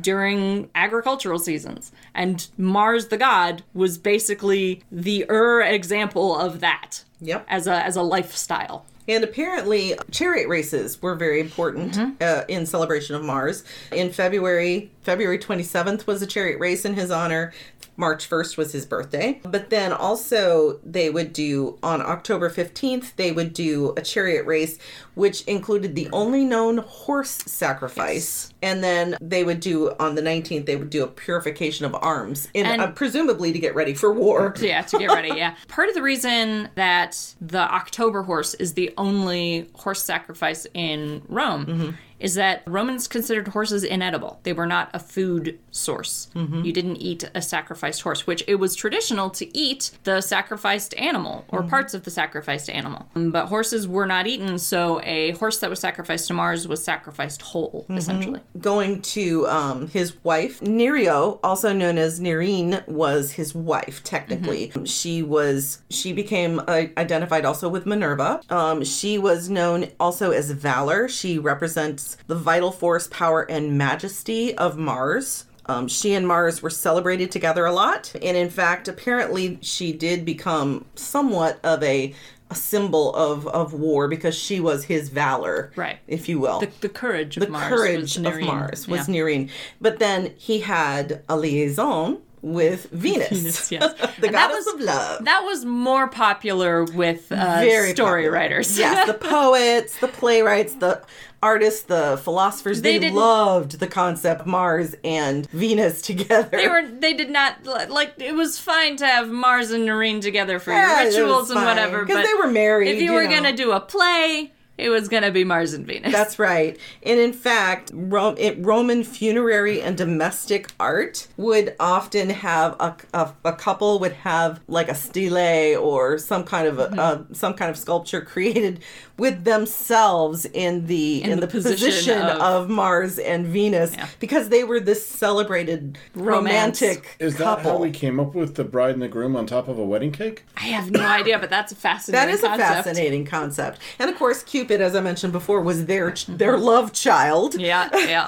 Speaker 7: during agricultural seasons. And Mars the god was basically the er example of that.
Speaker 2: Yep.
Speaker 7: As a as a lifestyle.
Speaker 2: And apparently, chariot races were very important uh, in celebration of Mars. In February, February 27th was a chariot race in his honor. March 1st was his birthday. But then also, they would do on October 15th, they would do a chariot race, which included the only known horse sacrifice And then they would do on the 19th they would do a purification of arms in
Speaker 7: And-
Speaker 2: uh, presumably to get ready for war.
Speaker 7: yeah, to get ready. Yeah. Part of the reason that the October horse is the only horse sacrifice in Rome is that Romans considered horses inedible. They were not a food source. You didn't eat a sacrificed horse, which it was traditional to eat the sacrificed animal or parts of the sacrificed animal. Um, But horses were not eaten, so a horse that was sacrificed to Mars was sacrificed whole, essentially.
Speaker 2: going to um, his wife. Nereo, also known as Nerine, was his wife technically.
Speaker 7: Mm-hmm.
Speaker 2: She was she became uh, identified also with Minerva. Um, she was known also as Valor. She represents the vital force, power, and majesty of Mars. Um, she and Mars were celebrated together a lot, and in fact, apparently, she did become somewhat of a, a symbol of of war because she was his valor,
Speaker 7: Right.
Speaker 2: If you will,
Speaker 7: The, the courage of
Speaker 2: the
Speaker 7: Mars.
Speaker 2: courage
Speaker 7: was
Speaker 2: of
Speaker 7: Nerine.
Speaker 2: Mars was
Speaker 7: Yeah.
Speaker 2: Nerine. But then he had a liaison with Venus,
Speaker 7: Venus, yes.
Speaker 2: the
Speaker 7: And that
Speaker 2: goddess
Speaker 7: was-
Speaker 2: of love.
Speaker 7: That was more popular with uh,
Speaker 2: Very
Speaker 7: story
Speaker 2: popular.
Speaker 7: writers.
Speaker 2: yes, the poets, the playwrights, the artists, the philosophers,
Speaker 7: They
Speaker 2: they,
Speaker 7: didn't-
Speaker 2: loved the concept Mars and Venus together.
Speaker 7: they were. They did not like. It was fine to have Mars and Noreen together for
Speaker 2: Yeah,
Speaker 7: your
Speaker 2: it was
Speaker 7: rituals and
Speaker 2: fine,
Speaker 7: whatever.
Speaker 2: 'cause
Speaker 7: but
Speaker 2: they were married,
Speaker 7: If you,
Speaker 2: you
Speaker 7: were
Speaker 2: know.
Speaker 7: gonna do a play, it was gonna be Mars and Venus.
Speaker 2: That's right. And in fact, Rome, it, Roman funerary and domestic art would often have a, a, a couple would have like a stele or some kind of a, a- some kind of sculpture created with themselves in the in,
Speaker 7: the
Speaker 2: the,
Speaker 7: position
Speaker 2: position,
Speaker 7: of-
Speaker 2: of, Mars and Venus because they were this celebrated
Speaker 7: Romance.
Speaker 2: romantic
Speaker 3: Is that
Speaker 2: couple.
Speaker 3: how we came up with the bride and the groom on top of a wedding cake?
Speaker 7: I have no idea, but that's a fascinating.
Speaker 2: That is a
Speaker 7: concept.
Speaker 2: fascinating concept. And of course, Cupid, as I mentioned before, was their their love child.
Speaker 7: Yeah, yeah.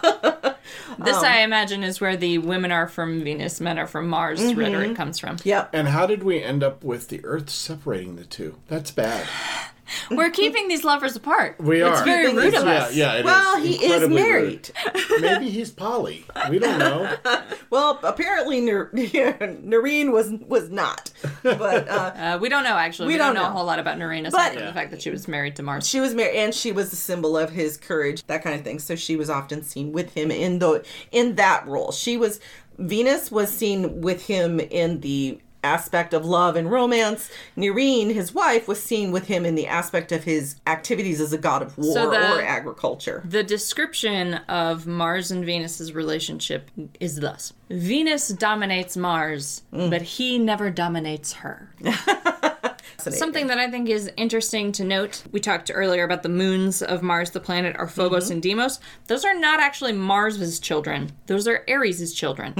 Speaker 7: This,
Speaker 2: Um,
Speaker 7: I imagine, is where the women are from Venus, men are from Mars
Speaker 2: Mm-hmm.
Speaker 7: rhetoric comes from.
Speaker 2: Yep.
Speaker 3: And how did we end up with the Earth separating the two? That's bad.
Speaker 7: We're keeping these lovers apart.
Speaker 3: We are.
Speaker 7: It's very
Speaker 2: Keeping
Speaker 7: rude
Speaker 2: these-
Speaker 7: of us.
Speaker 3: Yeah, yeah. it is
Speaker 2: well, he is
Speaker 3: incredibly rude.
Speaker 2: married.
Speaker 3: Maybe he's Polly. We don't know.
Speaker 2: Well, apparently Ner- Noreen was was not, but uh,
Speaker 7: Uh, we don't know actually. We,
Speaker 2: don't
Speaker 7: don't, know. a
Speaker 2: know.
Speaker 7: whole lot about Noreen aside
Speaker 2: But-
Speaker 7: from the fact that she was married to Mars.
Speaker 2: she was married, and she was a symbol of his courage, that kind of thing. So she was often seen with him in the in that role. She was Venus was seen with him in the aspect of love and romance. Noreen, his wife, was seen with him in the aspect of his activities as a god of war
Speaker 7: So the-
Speaker 2: or agriculture.
Speaker 7: The description of Mars and Venus's relationship is thus Venus dominates Mars,
Speaker 2: Mm.
Speaker 7: but he never dominates her. Something that I think is interesting to note we talked earlier about the moons of Mars, the planet, are
Speaker 2: Mm-hmm.
Speaker 7: Phobos and Deimos. Those are not actually Mars's children, those are Ares's children.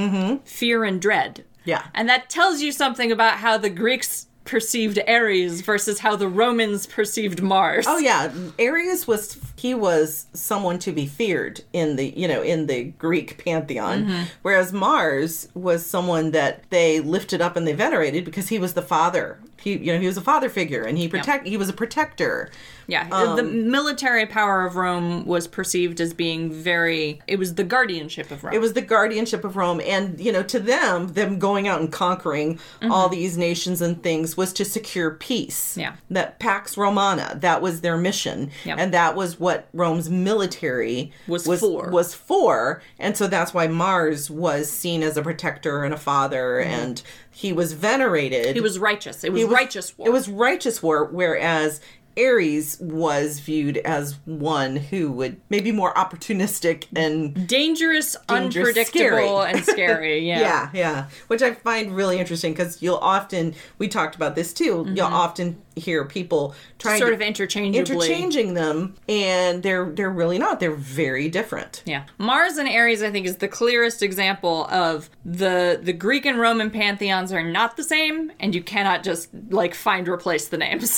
Speaker 7: Fear and dread.
Speaker 2: Mm-hmm. Yeah.
Speaker 7: And that tells you something about how the Greeks perceived Ares versus how the Romans perceived Mars.
Speaker 2: Oh yeah, Arius was he was someone to be feared in the you know in the Greek pantheon, whereas Mars was someone that they lifted up and they venerated because he was the father. He you know he was a father figure and he protect he was a protector.
Speaker 7: Yeah, the
Speaker 2: Um,
Speaker 7: military power of Rome was perceived as being very. It was the guardianship of Rome.
Speaker 2: It was the guardianship of Rome, and you know to them them going out and conquering
Speaker 7: Mm-hmm.
Speaker 2: all these nations and things was to secure peace.
Speaker 7: Yeah.
Speaker 2: that Pax Romana that was their mission,
Speaker 7: Yeah.
Speaker 2: and that was what Rome's military
Speaker 7: Was for.
Speaker 2: was for and so that's why mars was seen as a protector and a father and he was venerated
Speaker 7: It Mm-hmm. was righteous. It was,
Speaker 2: It was-
Speaker 7: righteous war.
Speaker 2: it was righteous war whereas ares was viewed as one who would maybe more opportunistic and
Speaker 7: dangerous,
Speaker 2: Dangerous,
Speaker 7: unpredictable,
Speaker 2: scary.
Speaker 7: and scary. Yeah.
Speaker 2: yeah yeah which i find really interesting because you'll often we talked about this too you'll often hear people trying
Speaker 7: Mm-hmm. Sort
Speaker 2: to-
Speaker 7: of interchangeably.
Speaker 2: interchanging them and they're they're really not they're very different
Speaker 7: Yeah. Mars and Aries, I think, is the clearest example of the the Greek and Roman pantheons are not the same, and you cannot just like find replace the names.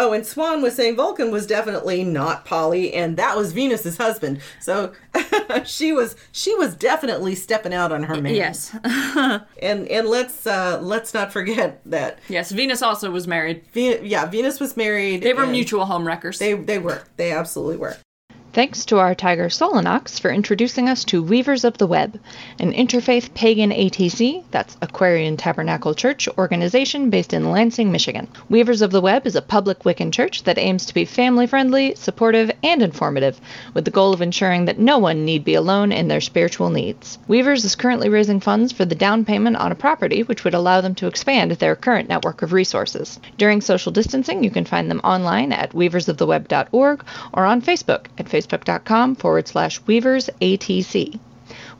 Speaker 2: Oh, and Swan was saying Vulcan was definitely not Polly, and that was Venus's husband. So she was she was definitely stepping out on her man.
Speaker 7: Yes.
Speaker 2: and and let's uh, let's not forget that
Speaker 7: yes. Venus also was married.
Speaker 2: Ve- yeah Venus was married.
Speaker 7: They were
Speaker 2: and
Speaker 7: mutual homewreckers.
Speaker 2: They they were they absolutely were.
Speaker 7: Thanks to our tiger Solanox for introducing us to Weavers of the Web, an interfaith pagan ATC, that's Aquarian Tabernacle Church, organization based in Lansing, Michigan. Weavers of the Web is a public Wiccan church that aims to be family friendly, supportive, and informative, with the goal of ensuring that no one need be alone in their spiritual needs. Weavers is currently raising funds for the down payment on a property which would allow them to expand their current network of resources. During social distancing, you can find them online at weaversoftheweb.org or on Facebook at facebook.com forward slash weaversatc.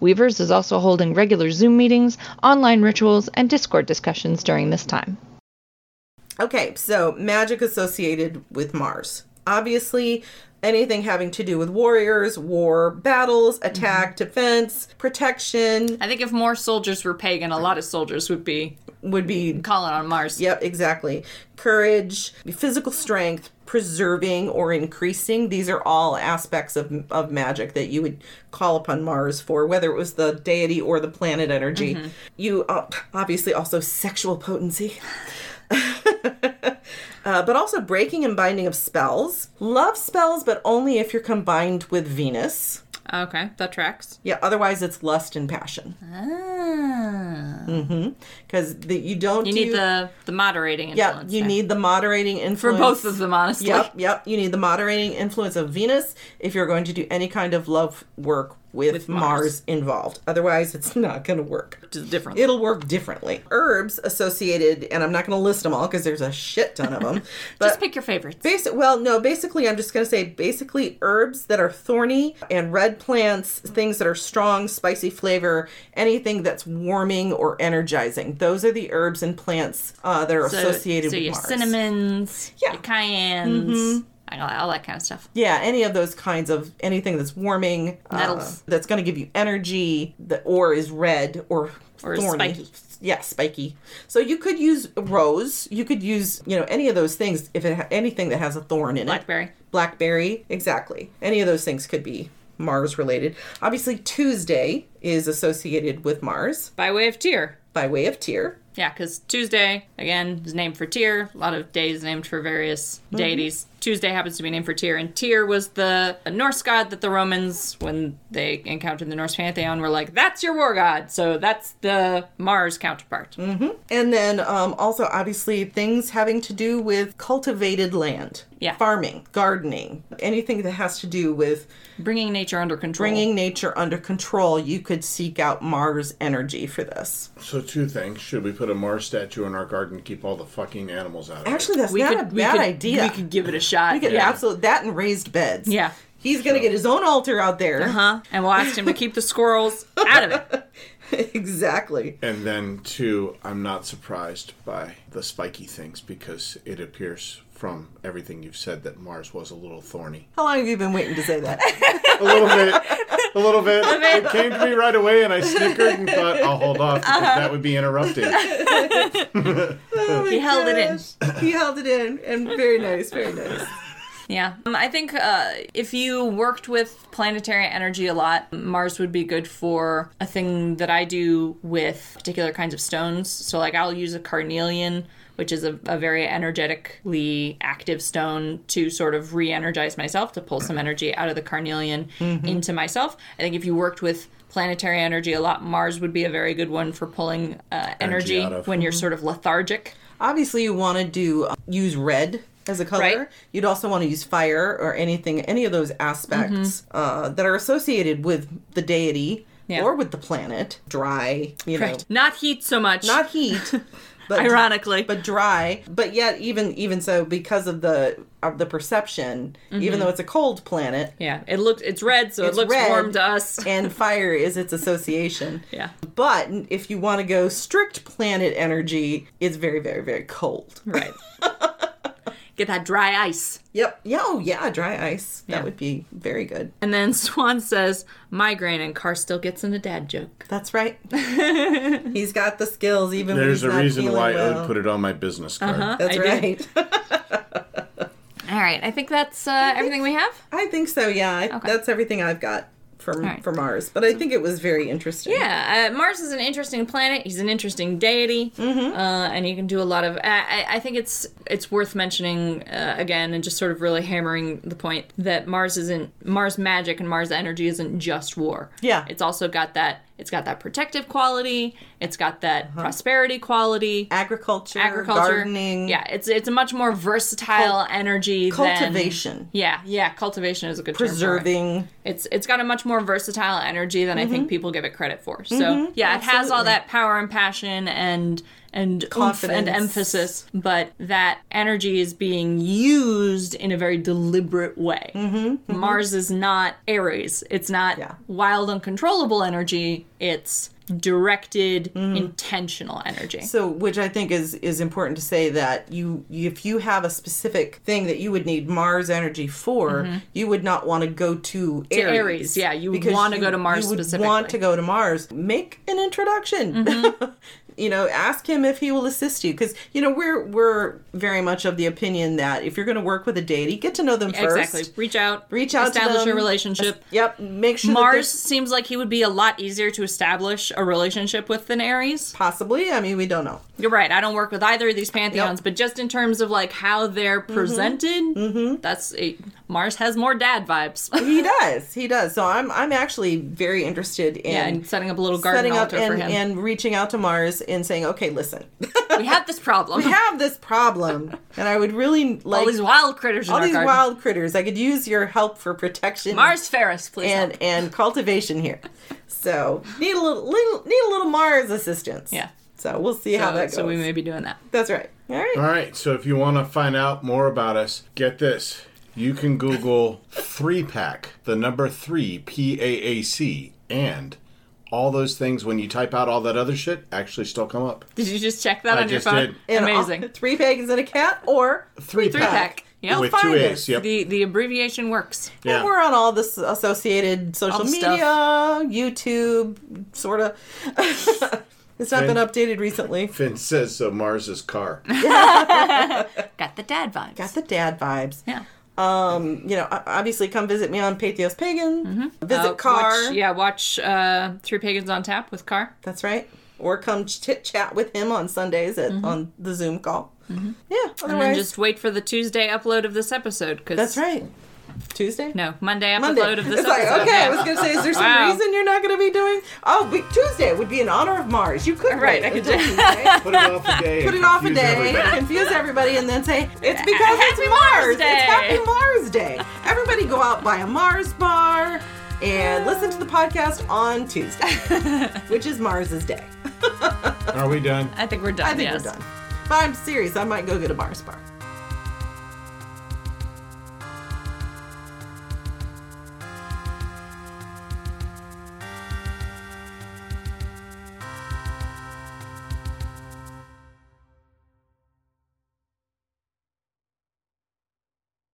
Speaker 7: Weavers is also holding regular Zoom meetings, online rituals, and Discord discussions during this time.
Speaker 2: Okay, so magic associated with Mars. Obviously, anything having to do with warriors, war, battles, attack, defense, protection
Speaker 8: I think if more soldiers were pagan, a lot of soldiers would be
Speaker 2: would be
Speaker 8: calling on Mars.
Speaker 2: Yep, exactly. Courage, physical strength, preserving or increasing. These are all aspects of, of magic that you would call upon Mars for, whether it was the deity or the planet energy.
Speaker 8: Mm-hmm.
Speaker 2: You uh, obviously also sexual potency. Uh, but also breaking and binding of spells. Love spells, but only if you're combined with Venus.
Speaker 8: Okay, that tracks.
Speaker 2: Yeah, otherwise it's lust and passion. Because you don't
Speaker 8: Ah.
Speaker 2: do-
Speaker 8: You need the Uh, the moderating
Speaker 2: Yeah,
Speaker 8: influence.
Speaker 2: you
Speaker 8: there.
Speaker 2: need the moderating
Speaker 8: for
Speaker 2: influence
Speaker 8: both of them, honestly.
Speaker 2: Yep, yep. You need the moderating influence of Venus if you're going to do any kind of love work with, Mars. involved. Otherwise, it's not going to work.
Speaker 8: Just different.
Speaker 2: It'll work differently. Herbs associated, and I'm not going to list them all because there's a shit ton of them. But
Speaker 8: Just pick your favorites.
Speaker 2: Basic, well, no, basically, I'm just going to say basically herbs that are thorny and red plants, things that are strong, spicy flavor, anything that's warming or energizing. Those are the herbs and plants uh, that are
Speaker 8: So,
Speaker 2: associated
Speaker 8: so
Speaker 2: with
Speaker 8: your
Speaker 2: Mars.
Speaker 8: cinnamons,
Speaker 2: Yeah. Mm-hmm.
Speaker 8: your cayennes, all, all that kind of stuff.
Speaker 2: Yeah, any of those kinds of anything that's warming, uh,
Speaker 8: Nettles.
Speaker 2: that's going to give you energy, that or is red or
Speaker 8: Or is
Speaker 2: thorny.
Speaker 8: spiky.
Speaker 2: Yeah, spiky. So you could use rose. You could use you know any of those things if it ha- anything that has a thorn in it.
Speaker 8: Blackberry.
Speaker 2: Blackberry, exactly. Any of those things could be Mars related. Obviously, Tuesday is associated with Mars
Speaker 8: By way of tier.
Speaker 2: by way of Tyr.
Speaker 8: Yeah, because Tuesday, again, is named for Tyr. A lot of days named for various
Speaker 2: Mm-hmm.
Speaker 8: deities. Tuesday happens to be named for Tyr, and Tyr was the Norse god that the Romans, when they encountered the Norse pantheon, were like, that's your war god. So that's the Mars counterpart.
Speaker 2: Mm. And then um, also, obviously, things having to do with cultivated land,
Speaker 8: Yeah.
Speaker 2: farming, gardening, anything that has to do with
Speaker 8: Bringing nature under control.
Speaker 2: bringing nature under control. You could seek out Mars energy for this.
Speaker 3: So two things: should we put a Mars statue in our garden to keep all the fucking animals out? of it?
Speaker 2: Actually, that's
Speaker 8: we
Speaker 2: not
Speaker 8: could,
Speaker 2: a
Speaker 8: we
Speaker 2: bad
Speaker 8: could,
Speaker 2: idea.
Speaker 8: We could give it a shot.
Speaker 2: We could
Speaker 3: Yeah.
Speaker 2: absolutely that and raised beds.
Speaker 8: Yeah. Uh-huh.
Speaker 2: He's gonna get his own altar out there.
Speaker 8: Huh? And we'll ask him to keep the squirrels out of it.
Speaker 2: exactly.
Speaker 3: And then two, I'm not surprised by the spiky things because it appears from everything you've said that Mars was a little thorny.
Speaker 2: How long have you been waiting to say that?
Speaker 3: A little bit. A little bit. It came to me right away and I snickered and thought, I'll hold off because that would be interrupting.
Speaker 8: He held it in.
Speaker 2: he held it in, and very nice, very nice.
Speaker 8: Yeah. Um, I think uh, if you worked with planetary energy a lot, Mars would be good for a thing that I do with particular kinds of stones. So, like, I'll use a carnelian, which is a, a very energetically active stone, to sort of re energize myself, to pull some energy out of the carnelian into myself. I think if you worked with planetary energy a lot, Mars would be a very good one for pulling uh, energy,
Speaker 3: Energy out of-
Speaker 8: when you're sort of lethargic.
Speaker 2: Obviously, you want to do um, use red as a color.
Speaker 8: Right.
Speaker 2: You'd also want to use fire or anything, any of those aspects uh, that are associated with the deity
Speaker 8: Mm-hmm. Yeah.
Speaker 2: or with the planet. Dry, you know,
Speaker 8: Not heat so much.
Speaker 2: not heat, but
Speaker 8: Ironically.
Speaker 2: but dry. But yet, even even so, because of the of the perception, even though it's a cold planet,
Speaker 8: yeah, it looks it's red, so
Speaker 2: It's
Speaker 8: Mm-hmm. it looks
Speaker 2: red.
Speaker 8: warm to us.
Speaker 2: and fire is its association.
Speaker 8: Yeah.
Speaker 2: But if you want to go strict planet energy, it's very, very, very cold.
Speaker 8: Right. Get that dry ice.
Speaker 2: Yep. Yeah, oh, yeah, dry ice. That
Speaker 8: Yeah.
Speaker 2: would be very good.
Speaker 8: And then Swan says, migraine, and Carr still gets in a dad joke.
Speaker 2: That's right. he's got the skills, even
Speaker 3: There's
Speaker 2: when he's
Speaker 3: a
Speaker 2: not
Speaker 3: reason
Speaker 2: feeling
Speaker 3: why
Speaker 2: well.
Speaker 3: Ode put it on my business card.
Speaker 2: That's
Speaker 8: I did.
Speaker 2: right.
Speaker 8: All right, I think that's uh, everything we have.
Speaker 2: I think so, yeah. I, That's everything I've got for
Speaker 8: right.
Speaker 2: for Mars, but I think it was very interesting.
Speaker 8: Yeah, uh, Mars is an interesting planet. He's an interesting deity,
Speaker 2: Mm-hmm.
Speaker 8: uh, and you can do a lot of. I, I- I think it's it's worth mentioning uh, again, and just sort of really hammering the point that Mars isn't Mars magic and Mars energy isn't just war.
Speaker 2: Yeah.
Speaker 8: it's also got that. It's got that protective quality. It's got that
Speaker 2: Uh-huh.
Speaker 8: prosperity quality.
Speaker 2: Agriculture,
Speaker 8: Agriculture,
Speaker 2: gardening.
Speaker 8: yeah, it's it's a much more versatile energy. than-
Speaker 2: cultivation.
Speaker 8: yeah, yeah, cultivation is a good term for it.
Speaker 2: Preserving.
Speaker 8: It's it's got a much more versatile energy than I
Speaker 2: Mm-hmm.
Speaker 8: think people give it credit for. So yeah, it has all that power and passion and and
Speaker 2: Confidence.
Speaker 8: confidence and emphasis, but that energy is being used in a very deliberate way. Mars is not Aries. It's not
Speaker 2: Mm-hmm. Yeah.
Speaker 8: wild, uncontrollable energy. It's directed, intentional energy.
Speaker 2: Mm-hmm. So, which I think is is important to say that you, you if you have a specific thing that you would need Mars energy for, you would not want to go to, Aries.
Speaker 8: Mm-hmm. Aries, yeah, you would
Speaker 2: because
Speaker 8: wanna go to Mars
Speaker 2: You would
Speaker 8: specifically.
Speaker 2: want to go to Mars. Make an introduction.
Speaker 8: Mm-hmm.
Speaker 2: you know, ask him if he will assist you because you know we're we're very much of the opinion that if you're going to work with a deity, get to know them first.
Speaker 8: Exactly. Reach out.
Speaker 2: Reach out, to
Speaker 8: Establish
Speaker 2: them.
Speaker 8: a relationship.
Speaker 2: Yep. Make sure that
Speaker 8: Mars
Speaker 2: they're-
Speaker 8: seems like he would be a lot easier to establish a relationship with than Aries.
Speaker 2: possibly. I mean, we don't know.
Speaker 8: You're right. I don't work with either of these pantheons, but just in terms of like how they're
Speaker 2: Mm-hmm.
Speaker 8: presented, that's a, Mars has more dad vibes.
Speaker 2: He does. He does. So I'm I'm actually very interested in
Speaker 8: yeah, and setting up a little garden
Speaker 2: setting up
Speaker 8: altar
Speaker 2: and,
Speaker 8: for him.
Speaker 2: and reaching out to Mars and saying, okay, listen,
Speaker 8: we have this problem.
Speaker 2: I have this problem, and I would really like
Speaker 8: all these wild critters in
Speaker 2: all
Speaker 8: our
Speaker 2: these
Speaker 8: garden.
Speaker 2: wild critters. I could use your help for protection,
Speaker 8: Mars Ferris, please.
Speaker 2: and
Speaker 8: help.
Speaker 2: and cultivation here. So need a little, little need a little Mars assistance.
Speaker 8: Yeah.
Speaker 2: So we'll see how
Speaker 8: so,
Speaker 2: that goes.
Speaker 8: so we may be doing that.
Speaker 2: That's right. All right.
Speaker 3: All right, so if you want to find out more about us, get this. You can Google three pack, the number three, P A A C, and all those things when you type out all that other shit actually still come up.
Speaker 8: Did you just check that
Speaker 3: I
Speaker 8: on your
Speaker 3: just
Speaker 8: phone?
Speaker 3: did.
Speaker 2: And all-
Speaker 8: Amazing.
Speaker 2: three pagans and a cat, or
Speaker 3: Three,
Speaker 8: Three pack. Yep.
Speaker 3: With
Speaker 2: Find
Speaker 3: two
Speaker 2: it.
Speaker 3: A's. Yep.
Speaker 8: The the abbreviation works.
Speaker 3: yeah.
Speaker 2: and we're on all this associated social
Speaker 8: the
Speaker 2: media,
Speaker 8: stuff.
Speaker 2: YouTube, sort of. it's not been updated recently.
Speaker 3: Finn says so Mars's car.
Speaker 8: Got the dad vibes.
Speaker 2: Got the dad vibes.
Speaker 8: yeah.
Speaker 2: Um, you know, o- obviously, come visit me on Patheos Pagan. Visit
Speaker 8: Uh,
Speaker 2: Car.
Speaker 8: Watch, yeah, watch uh, Three Pagans on Tap with Car.
Speaker 2: That's right. Or come chit chat with him on Sundays at, on the Zoom call. Yeah.
Speaker 8: Mm-hmm. And then
Speaker 2: Otherwise,
Speaker 8: just wait for the Tuesday upload of this episode. Cause,
Speaker 2: that's right. Tuesday.
Speaker 8: No, Monday upload
Speaker 2: Monday.
Speaker 8: of this
Speaker 2: it's like,
Speaker 8: episode.
Speaker 2: okay, I
Speaker 8: yeah.
Speaker 2: was gonna say, is there some
Speaker 8: Wow.
Speaker 2: reason you're not gonna be doing? Oh, we, Tuesday would be in honor of Mars. You could
Speaker 8: Right,
Speaker 2: wait
Speaker 8: I could
Speaker 2: until
Speaker 8: do-
Speaker 2: Tuesday.
Speaker 3: Put it off a day.
Speaker 2: put it
Speaker 3: and
Speaker 2: off a
Speaker 3: confuse
Speaker 2: day,
Speaker 3: everybody.
Speaker 2: confuse everybody, and then say it's because
Speaker 8: Happy
Speaker 2: it's Mars.
Speaker 8: Mars
Speaker 2: It's
Speaker 8: Day."
Speaker 2: Happy Mars Day. Everybody go out buy a Mars bar and listen to the podcast on Tuesday, which is Mars's day.
Speaker 3: Are we done?
Speaker 8: I think we're done.
Speaker 2: I think
Speaker 8: yes.
Speaker 2: we're done. But I'm serious. I might go get a Mars bar.